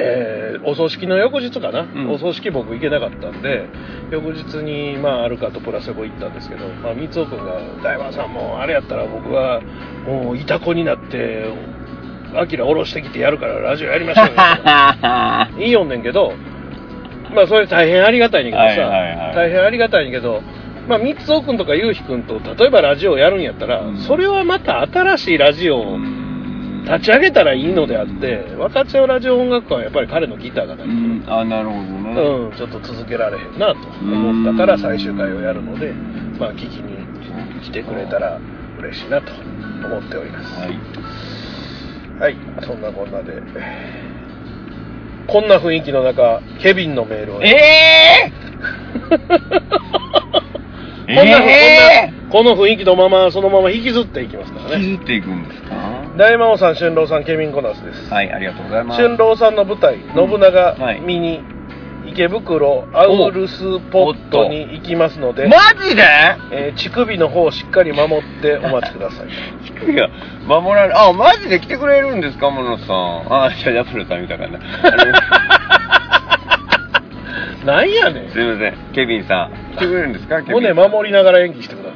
Speaker 1: えーお葬式の翌日かな、
Speaker 2: ん
Speaker 1: お葬式僕行けなかったんで翌日に、まあ、アルカとプラセボ行ったんですけど、まあ、三尾君が「大丸さんもうあれやったら僕はもういた子になってアキラ下ろしてきてやるからラジオやりましょうよ」 いいよんねんけどまあそれ大変ありがたいねんけどさ、
Speaker 2: はいはいはい
Speaker 1: 大変ありがたいねんけどまあ、三つ君とかゆうひ君と例えばラジオをやるんやったら、
Speaker 2: うん
Speaker 1: それはまた新しいラジオを
Speaker 2: うん
Speaker 1: 立ち上げたらいいのであって若手ラジオ音楽館はやっぱり彼のギターがな
Speaker 2: う
Speaker 1: いと、うん
Speaker 2: んあなるほどね
Speaker 1: ちょっと続けられへんなと思ったから最終回をやるので、まあ、聞きに来てくれたら嬉しいなと思っております
Speaker 2: はい
Speaker 1: はい、そんなこんなでこんな雰囲気の中ケビンのメールを
Speaker 2: ええ
Speaker 1: こんな、
Speaker 2: え
Speaker 1: こんなこの雰囲気のままそのまま引きずっていきますからね
Speaker 2: 削っていくんですかは
Speaker 1: 大魔王さん俊郎さんケビン・コナスです
Speaker 2: いありがとうございます
Speaker 1: 春郎さんの舞台「信
Speaker 2: うんは
Speaker 1: 長
Speaker 2: い
Speaker 1: ミニ池袋アウルスポット」に行きますので、
Speaker 2: マジで
Speaker 1: えー乳首の方をしっかり守ってお待ちください
Speaker 2: 乳首が守られあマジで来てくれるんですかモノさんあじゃあダブルさん見たかなあ
Speaker 1: なんやね
Speaker 2: の
Speaker 1: ん
Speaker 2: すいませんケビンさん来てくれるんですかケビ ン
Speaker 1: 胸守りながら演技してください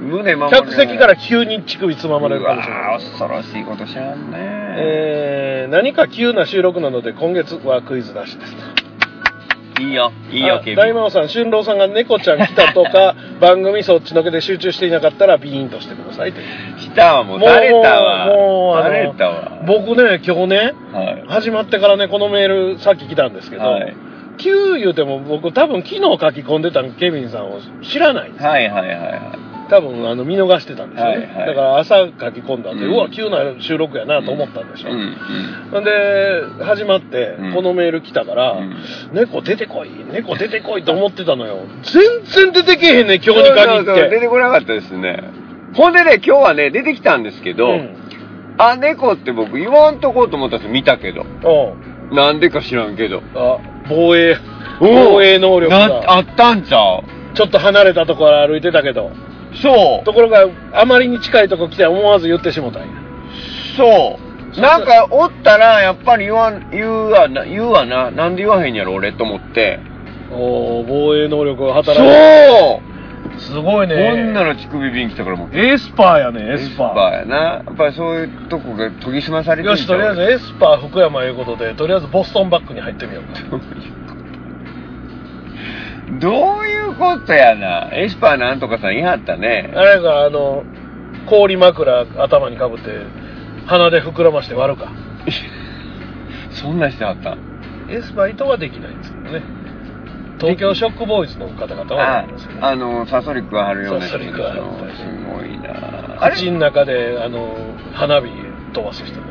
Speaker 2: 胸守
Speaker 1: 客席から急に乳首つままれるかもしれ
Speaker 2: あ
Speaker 1: ない
Speaker 2: 恐ろしいことしちゃうね
Speaker 1: えー何か急な収録なので今月はクイズなしです
Speaker 2: いいよいい
Speaker 1: あ
Speaker 2: よケビン
Speaker 1: 大魔王さん俊郎さんが猫ちゃん来たと か番組そっちのけで集中していなかったらビーンとしてくださいという
Speaker 2: したわもう垂れたわ
Speaker 1: もうもうあの
Speaker 2: 垂れたわ
Speaker 1: 僕ね今日ね
Speaker 2: はい
Speaker 1: 始まってからね、このメール、さっき来たんですけど、
Speaker 2: はい
Speaker 1: 9言うても僕、多分昨日書き込んでたケビンさんを知らないんですよ
Speaker 2: はいはいはいはい
Speaker 1: 多分あの見逃してたんですよね、
Speaker 2: はいはい
Speaker 1: だから朝書き込んだんで、う
Speaker 2: うん
Speaker 1: わ、急な収録やなと思ったんでしょ。
Speaker 2: うんうん
Speaker 1: んで、始まって
Speaker 2: う、ん
Speaker 1: このメール来たから、
Speaker 2: うん
Speaker 1: 猫出てこい、猫出てこいと思ってたのよ。全然出てけへんねん、今日に限っ
Speaker 2: そうそうそう出
Speaker 1: て。
Speaker 2: てこなかったですねほんでね今日はね出てきたんですけど、
Speaker 1: うん
Speaker 2: あ猫って僕言わんとこうと思ったんですよ見たけど
Speaker 1: うん
Speaker 2: なんでか知らんけど
Speaker 1: あ防衛、防衛能力
Speaker 2: なあ
Speaker 1: が、
Speaker 2: ったんちゃう
Speaker 1: ちょっと離れたところ歩いてたけど。
Speaker 2: そう
Speaker 1: ところがあまりに近いとこ来て思わず言ってしもたんや
Speaker 2: そうなんかおったらやっぱり言わん言うわな言うわななんで言わへんやろ俺と思って
Speaker 1: おお防衛能力が
Speaker 2: そう
Speaker 1: 働いてすごい
Speaker 2: 女の乳首瓶来たからもう
Speaker 1: エスパーやねエ
Speaker 2: エ
Speaker 1: ス
Speaker 2: ス
Speaker 1: パー
Speaker 2: パーやなやっぱりそういうとこが研ぎ澄まされて
Speaker 1: よしとりあえずエスパー福山いうことでとりあえずボストンバッグに入ってみようか
Speaker 2: ず どういうことやなエスパーなんとかさん言いはったね
Speaker 1: あれがあの氷枕頭にかぶって鼻で膨らまして割るか
Speaker 2: そんなんしてはった
Speaker 1: エスパー糸はできないんですけどね東京ショックボーイズの方々は
Speaker 2: あ
Speaker 1: ありますよね
Speaker 2: あのサソリ食わはるような
Speaker 1: サソリ食わはるみたいな
Speaker 2: すごいなあれ
Speaker 1: 口の中であの花火飛ばす人ね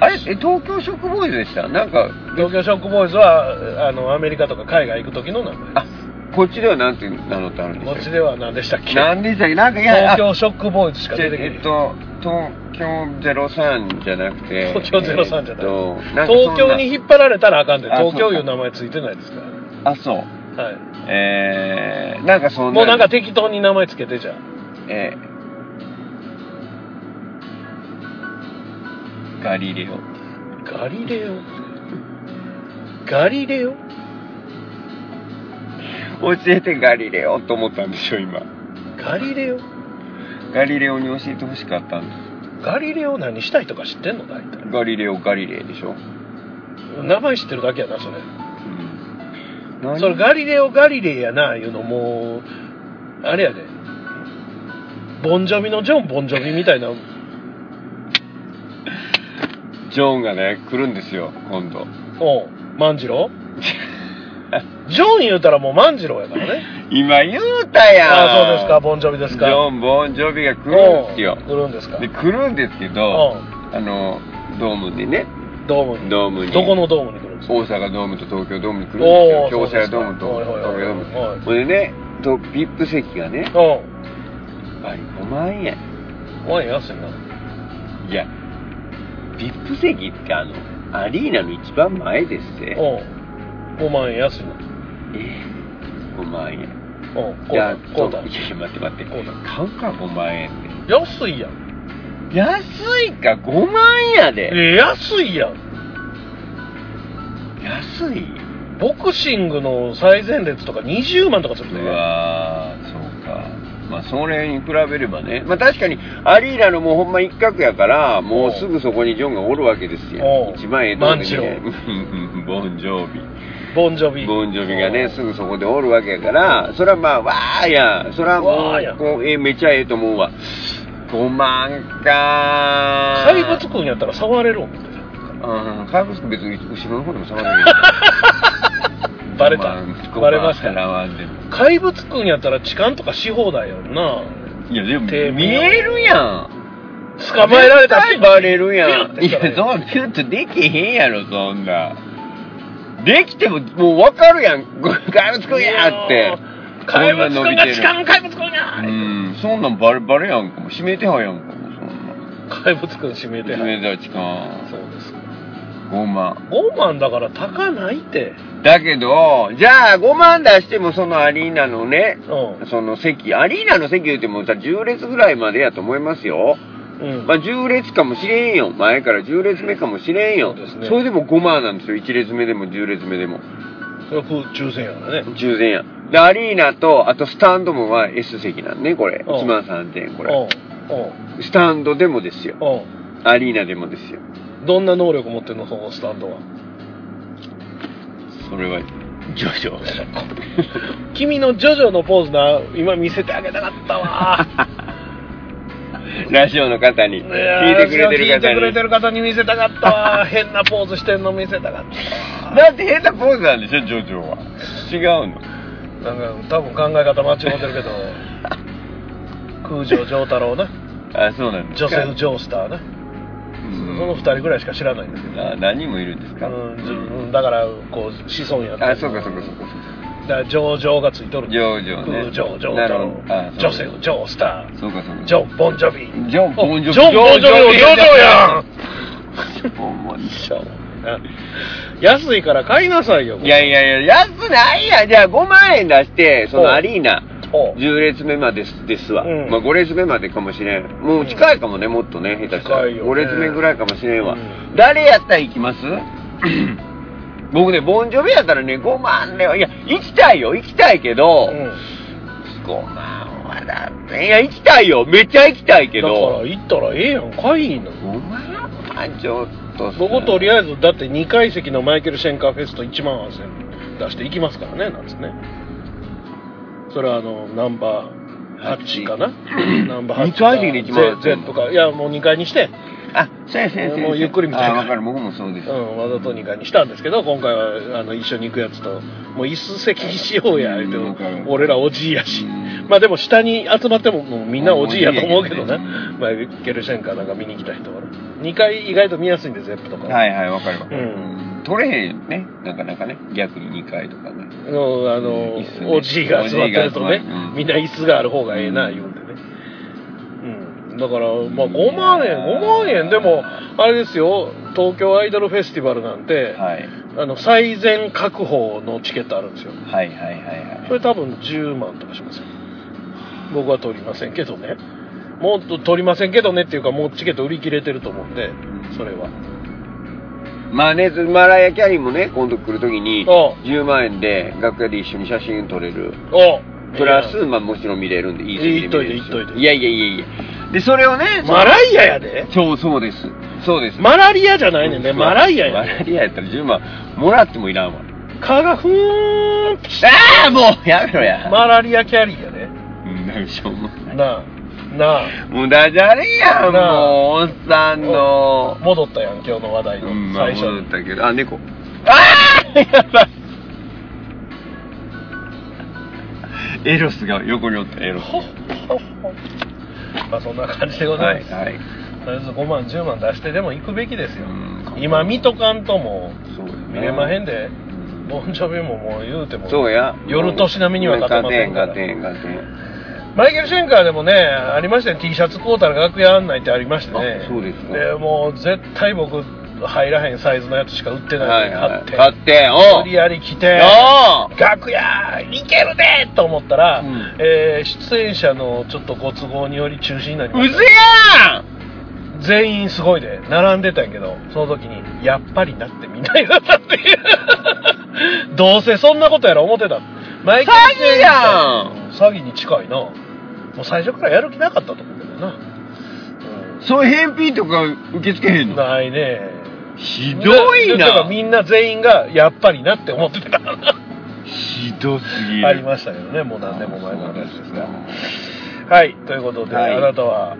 Speaker 2: あれえ東京食ボーイズでしたなんか
Speaker 1: 東京ショックボーイズはあのアメリカとか海外行く時の名前
Speaker 2: あこっちではなんて名乗ってあるんで
Speaker 1: こっ
Speaker 2: し
Speaker 1: ち
Speaker 2: たっ
Speaker 1: では何でしたっけ
Speaker 2: けなんでしたっけなんかいや
Speaker 1: 東
Speaker 2: あ
Speaker 1: 京ショックボーイズしか
Speaker 2: じゃ
Speaker 1: 出てけ
Speaker 2: え
Speaker 1: ない
Speaker 2: っ。と東京ゼロ三じゃなくて
Speaker 1: 東京ゼロ三じゃない
Speaker 2: えっとなんかそんな
Speaker 1: 東京に引っ張られたらあかんで、
Speaker 2: あ
Speaker 1: 東京いう
Speaker 2: そうか
Speaker 1: 名前ついてないですから。
Speaker 2: あそう
Speaker 1: はい。
Speaker 2: えー、なんかそんな
Speaker 1: もうなんか適当に名前つけてじゃ
Speaker 2: えーガリレオ
Speaker 1: あ。ガリレオ。ガリレオ
Speaker 2: 教えてガリレオと思ったんでしょ今
Speaker 1: ガリレオ
Speaker 2: ガリレオに教えてほしかったんです
Speaker 1: ガリレオ何したいとか知ってんの大体。
Speaker 2: ガリレオガリレイでしょ、
Speaker 1: 名前知ってるだけやな、それ。
Speaker 2: うん、何
Speaker 1: それガリレオ・ガリレイやな、いうのもう、あれやで。ボンジョビのジョン・ボンジョビみたいな。
Speaker 2: ジョンがね来るんですよ今度
Speaker 1: おう万次 郎ジョン言うたらもう万次郎やからね。
Speaker 2: 今言うたやん
Speaker 1: ああ、そうですか、ボンジョビですか。
Speaker 2: ジョン・ボン・ジョビが来るんですよ
Speaker 1: おう来るんですか。
Speaker 2: で来るんですけ
Speaker 1: おう
Speaker 2: どあのドームにね
Speaker 1: ドームに。
Speaker 2: ドームに
Speaker 1: どこのドームに来るんですか
Speaker 2: 大阪ドームと東京ドームに来るんですよ
Speaker 1: おー
Speaker 2: 京セラドーム
Speaker 1: そ
Speaker 2: と
Speaker 1: うです
Speaker 2: 東
Speaker 1: かはいは
Speaker 2: 京ドーム
Speaker 1: いはいはい
Speaker 2: ほれでねと VIP 席がね
Speaker 1: おう
Speaker 2: あれ5万円
Speaker 1: ワイン安いな。
Speaker 2: いや VIP 席ってあのアリーナの一番前ですって
Speaker 1: おう5万円安いな。
Speaker 2: え5万円
Speaker 1: おう
Speaker 2: いや
Speaker 1: こ
Speaker 2: そうう
Speaker 1: だ。
Speaker 2: いやいや待って待って
Speaker 1: こうだ
Speaker 2: 買うか5万円って
Speaker 1: 安いやん。
Speaker 2: 安いか5万円やで
Speaker 1: え、安いやん。
Speaker 2: 安い
Speaker 1: ボクシングの最前列とか20万とかする
Speaker 2: う
Speaker 1: ね。
Speaker 2: わーそうかまあそれに比べればねまあ確かにアリーナのもうほんま一角やからもうすぐそこにジョンがおるわけです
Speaker 1: お
Speaker 2: よ
Speaker 1: う
Speaker 2: 一番ええとこにね
Speaker 1: 万
Speaker 2: うんうんボンジョービ
Speaker 1: ボンジョビ。
Speaker 2: ボンジョビがねす
Speaker 1: おう
Speaker 2: ぐそこでおるわけやからそれはまあわーやそれはも
Speaker 1: わーや
Speaker 2: うこうええめちゃええと思うわ5万か
Speaker 1: 怪物くんやったら触れる思って
Speaker 2: うん怪物君別に後ろの方でも触れるよ
Speaker 1: バレた
Speaker 2: 5万
Speaker 1: バレました
Speaker 2: 5万払わんでも
Speaker 1: 怪物くんやったら痴漢とかし放題やろない
Speaker 2: やでも
Speaker 1: テープ
Speaker 2: 見えるやん
Speaker 1: 捕まえられた
Speaker 2: 絶対バレるや
Speaker 1: ピュ
Speaker 2: ん
Speaker 1: ッて
Speaker 2: い
Speaker 1: したらええ
Speaker 2: やそうピュッとできへんやろそんなできてももう分かるやん怪物くんやって
Speaker 1: 怪物
Speaker 2: こ
Speaker 1: くん
Speaker 2: んな
Speaker 1: が
Speaker 2: 伸び
Speaker 1: 痴
Speaker 2: てる
Speaker 1: 漢怪物くんや
Speaker 2: うんそんなんバレバレやんかもう指名手配やんかもうそんな
Speaker 1: 怪物くん指名手
Speaker 2: 指
Speaker 1: 配
Speaker 2: 名手配痴
Speaker 1: そ
Speaker 2: 漢
Speaker 1: うです
Speaker 2: 5万
Speaker 1: 5万だから高ないって
Speaker 2: だけどじゃあ5万出してもそのアリーナのね
Speaker 1: う
Speaker 2: その席アリーナの席言うてもさ10列ぐらいまでやと思いますよ
Speaker 1: んうん
Speaker 2: まあ、10列かもしれんよ。前から10列目かもしれんよ。
Speaker 1: そうで
Speaker 2: そ
Speaker 1: すね
Speaker 2: れでも5万なんですよ。1列目でも10列目でも。
Speaker 1: それは抽選やからね
Speaker 2: 10前や。で、アリーナと、あとスタンドもは S 席なんね、これ。
Speaker 1: うん
Speaker 2: 1万3000円、これ。
Speaker 1: うんうん
Speaker 2: スタンドでもですよ。
Speaker 1: う
Speaker 2: アリーナでもですよ。
Speaker 1: んどんな能力持ってんのそのスタンドは
Speaker 2: それは、ジョジョ。
Speaker 1: 君のジョジョのポーズな今見せてあげたかったわ
Speaker 2: ラジオの方に、聞いてくれて
Speaker 1: 聞いてくれ
Speaker 2: る
Speaker 1: て
Speaker 2: 方に。
Speaker 1: る方に見せたかったわ変なポーズしてんの見せたかったわ
Speaker 2: だって変なポーズなんでしょ、ジョジョは。違うの。
Speaker 1: なんか多分考え方間違って るけど空城城太郎な
Speaker 2: あ、そうなんです
Speaker 1: ジ
Speaker 2: か。
Speaker 1: ョセフ・ジョースターなその2人ぐらいしか知らないんですけど
Speaker 2: うんあ何人もいるんですか、
Speaker 1: うんじうん、だからこう子孫やった
Speaker 2: あ、そうかそうかそうか。
Speaker 1: だから上場がついとる
Speaker 2: ジョージョね。
Speaker 1: 空城城
Speaker 2: な
Speaker 1: 太
Speaker 2: る
Speaker 1: 郎
Speaker 2: ほど。あ
Speaker 1: ジョセフ・ジョースター
Speaker 2: そうかそうか。
Speaker 1: ジョン・ボンジョビ
Speaker 2: ジョン・ボンジョビ。
Speaker 1: ジョン・ボンジョビのジョジョや
Speaker 2: んほんまに
Speaker 1: ん安いから買いなさいよ
Speaker 2: いやいやいや、安ないやんじゃあ5万円出して、そのアリーナ、
Speaker 1: お
Speaker 2: 10列目までですですわ。
Speaker 1: うん
Speaker 2: まあ5列目までかもしれん。もう近いかもね、もっとね、下手したら。
Speaker 1: 近いよね
Speaker 2: 5列目ぐらいかもしれんわ。
Speaker 1: うん
Speaker 2: 誰やったら行 きます僕ね、ボンジョビやったらね、5万ね、いや、行きたいよ、行きたいけど、
Speaker 1: うん
Speaker 2: 5万はだって、いや、行きたいよ、めっちゃ行きたいけ
Speaker 1: だから
Speaker 2: ど、
Speaker 1: 行ったらええやん買いな
Speaker 2: 5万はちょっとさ、
Speaker 1: 僕とりあえずだって2階席のマイケル・シェンカーフェスト1万8000出していきますからねなんつってねそれはあのナンバー8かなナンバー8
Speaker 2: 二階席で1万8000
Speaker 1: Z とかいやもう2階にして
Speaker 2: あ、そうやそうやそうや。
Speaker 1: もうゆっくり見たいから
Speaker 2: あ、わかる、僕もそうです。
Speaker 1: うんわざと2階にしたんですけど今回はあの一緒に行くやつともう椅子席にしようや
Speaker 2: うん
Speaker 1: 言
Speaker 2: わ
Speaker 1: う
Speaker 2: か
Speaker 1: て
Speaker 2: る
Speaker 1: 俺らおじいやし
Speaker 2: うん
Speaker 1: まあでも下に集まってももうみんなおじいやと思うけどね
Speaker 2: うん
Speaker 1: マイケル・シェンカーなんか見に来た人は2階意外と見やすいんで ZEP とか
Speaker 2: はいはい、わかるわか
Speaker 1: う
Speaker 2: る。
Speaker 1: ん
Speaker 2: 取れへんね。なかなかね。逆に2回とかね。
Speaker 1: のあの、
Speaker 2: 椅子ね
Speaker 1: おじいが座ってるとね
Speaker 2: おじいが座るうん
Speaker 1: みんな椅子がある方がええな言うんでね、うん、だからまあ5万円5万円でもあれですよ東京アイドルフェスティバルなんて、
Speaker 2: はい。
Speaker 1: あの最善確保のチケットあるんですよ
Speaker 2: はいはいはいはい。
Speaker 1: それ多分10万とかしますよ僕は取りませんけどねもっと取りませんけどねっていうかもうチケット売り切れてると思うんでそれは
Speaker 2: まあね、マライア・キャリーもね、今度来るときに、
Speaker 1: お
Speaker 2: 10万円で楽屋で一緒に写真撮れる。
Speaker 1: お
Speaker 2: プラス、まあもちろん見れるんで、いい写真見れる
Speaker 1: いいといていいといて
Speaker 2: いやいやいやいや。で、それをね、
Speaker 1: マライアやで
Speaker 2: そうそうです。そうです。
Speaker 1: マラリアじゃないねんねマライアや
Speaker 2: マ
Speaker 1: ね
Speaker 2: ラリアやったら10万もらってもいらんわ。
Speaker 1: 蚊がふーんってして
Speaker 2: ああもうやめろや。
Speaker 1: マラリアキャリーやね
Speaker 2: うん、なんかしょうもない。
Speaker 1: なあな
Speaker 2: もうダジャレやん、
Speaker 1: なあ
Speaker 2: もう、おっさん
Speaker 1: あ
Speaker 2: の。
Speaker 1: 戻ったやん今日の話題
Speaker 2: う
Speaker 1: の
Speaker 2: ん、まあ、
Speaker 1: 最初
Speaker 2: 戻っ
Speaker 1: に
Speaker 2: たけど、あ、猫。ああやばい。エロスが横におった、エロス。
Speaker 1: ほっほっほまあそんな感じでござ
Speaker 2: はいい、
Speaker 1: ます、
Speaker 2: はい。
Speaker 1: とりあえず5万10万出してでも行くべきですよ
Speaker 2: うん
Speaker 1: 今見とかんとも
Speaker 2: そうやな
Speaker 1: 見れまへんでボンジョビももう言うても
Speaker 2: そうや。
Speaker 1: 夜年並みには勝てませんから
Speaker 2: 勝てん、勝てん、勝
Speaker 1: マイケル・シェンカーでもねありましたね T シャツ買うたら楽屋案内ってありましてね
Speaker 2: あそうですか
Speaker 1: もう絶対僕入らへんサイズのやつしか売って
Speaker 2: てん。
Speaker 1: な
Speaker 2: はいい、
Speaker 1: のに
Speaker 2: は
Speaker 1: 買っ
Speaker 2: い。
Speaker 1: て、
Speaker 2: 勝てん、お
Speaker 1: 無理やり来て
Speaker 2: おう
Speaker 1: 楽屋いけるでと思ったら、
Speaker 2: うん
Speaker 1: えー出演者のちょっとご都合により中止になりま
Speaker 2: う
Speaker 1: し
Speaker 2: ぜ
Speaker 1: た
Speaker 2: やん
Speaker 1: 全員すごいで並んでたんやけどその時にやっぱりなってみんな言ったっていうどうせ そんなことやろ思ってたマイケル
Speaker 2: 詐欺やん
Speaker 1: 詐欺に近いなもう最初からやる気なかったと思うけどな、
Speaker 2: そういう返品とか受け付けへ
Speaker 1: うんん、
Speaker 2: の
Speaker 1: ないね
Speaker 2: ひどい
Speaker 1: だから
Speaker 2: な
Speaker 1: みんな全員がやっぱりなって思ってた あ
Speaker 2: ひどすぎる。
Speaker 1: りましたけどねもう何年も前の話ですが
Speaker 2: す
Speaker 1: はい、ということで、
Speaker 2: はい
Speaker 1: あなたは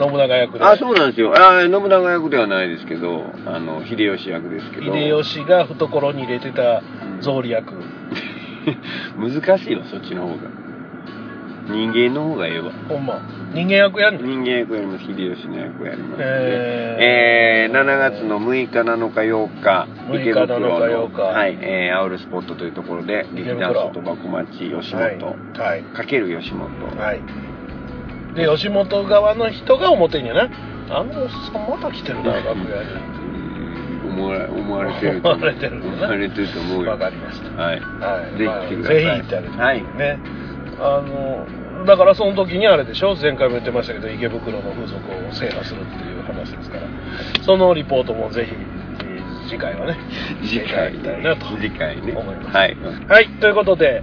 Speaker 1: 信長役で
Speaker 2: あ、そうなんですよ。あ信長役ではないですけど、あの、秀吉役ですけど。
Speaker 1: 秀吉が懐に入れてた草履役、
Speaker 2: 難しいわ、そっちの方が。人間の方がええわ。
Speaker 1: ほんま人間役やんね
Speaker 2: 人間役やります、秀吉の役やります、ね。
Speaker 1: えー
Speaker 2: えー7月の6日、7日、8日、
Speaker 1: 6
Speaker 2: 池袋の、
Speaker 1: 7日8日
Speaker 2: はい、えー、アウルスポットというところで、
Speaker 1: 池
Speaker 2: 劇
Speaker 1: 袋
Speaker 2: 団外箱町、吉
Speaker 1: はい
Speaker 2: 本、
Speaker 1: はい、
Speaker 2: かける吉本。
Speaker 1: はい、で吉本側の人が表にはねあのおっさんまた来てるな楽屋に
Speaker 2: うん 思われ思われてると思う
Speaker 1: 思われてるよね
Speaker 2: 思われてると思うよ
Speaker 1: わかりました
Speaker 2: はい
Speaker 1: はい
Speaker 2: ぜひ
Speaker 1: まあ
Speaker 2: 来てください
Speaker 1: ぜひ行ってあげて
Speaker 2: はい
Speaker 1: ねあのだからその時にあれでしょ前回も言ってましたけど池袋の風俗を制覇するっていう話ですからそのリポートもぜひえー次回はね
Speaker 2: 次回
Speaker 1: していただきたいなと
Speaker 2: 次回ね
Speaker 1: 思います
Speaker 2: はい
Speaker 1: はいということで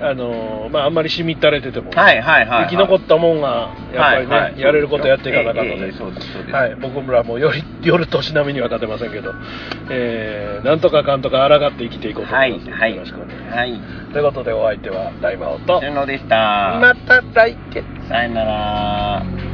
Speaker 1: あのまああんまりしみったれてても、
Speaker 2: はいはいはい
Speaker 1: 生き残ったもんがやっぱりね、やれることやっていかなかったので、
Speaker 2: ええええそうですそうです
Speaker 1: はい、僕らもより夜年並みには勝てませんけど、えーなんとかかんとか抗って生きていこうと思
Speaker 2: はいい
Speaker 1: ます、
Speaker 2: はい
Speaker 1: よろしくお願いします、
Speaker 2: はい
Speaker 1: ということでお相手は大魔王と
Speaker 2: 順野でした
Speaker 1: また来月
Speaker 2: さよなら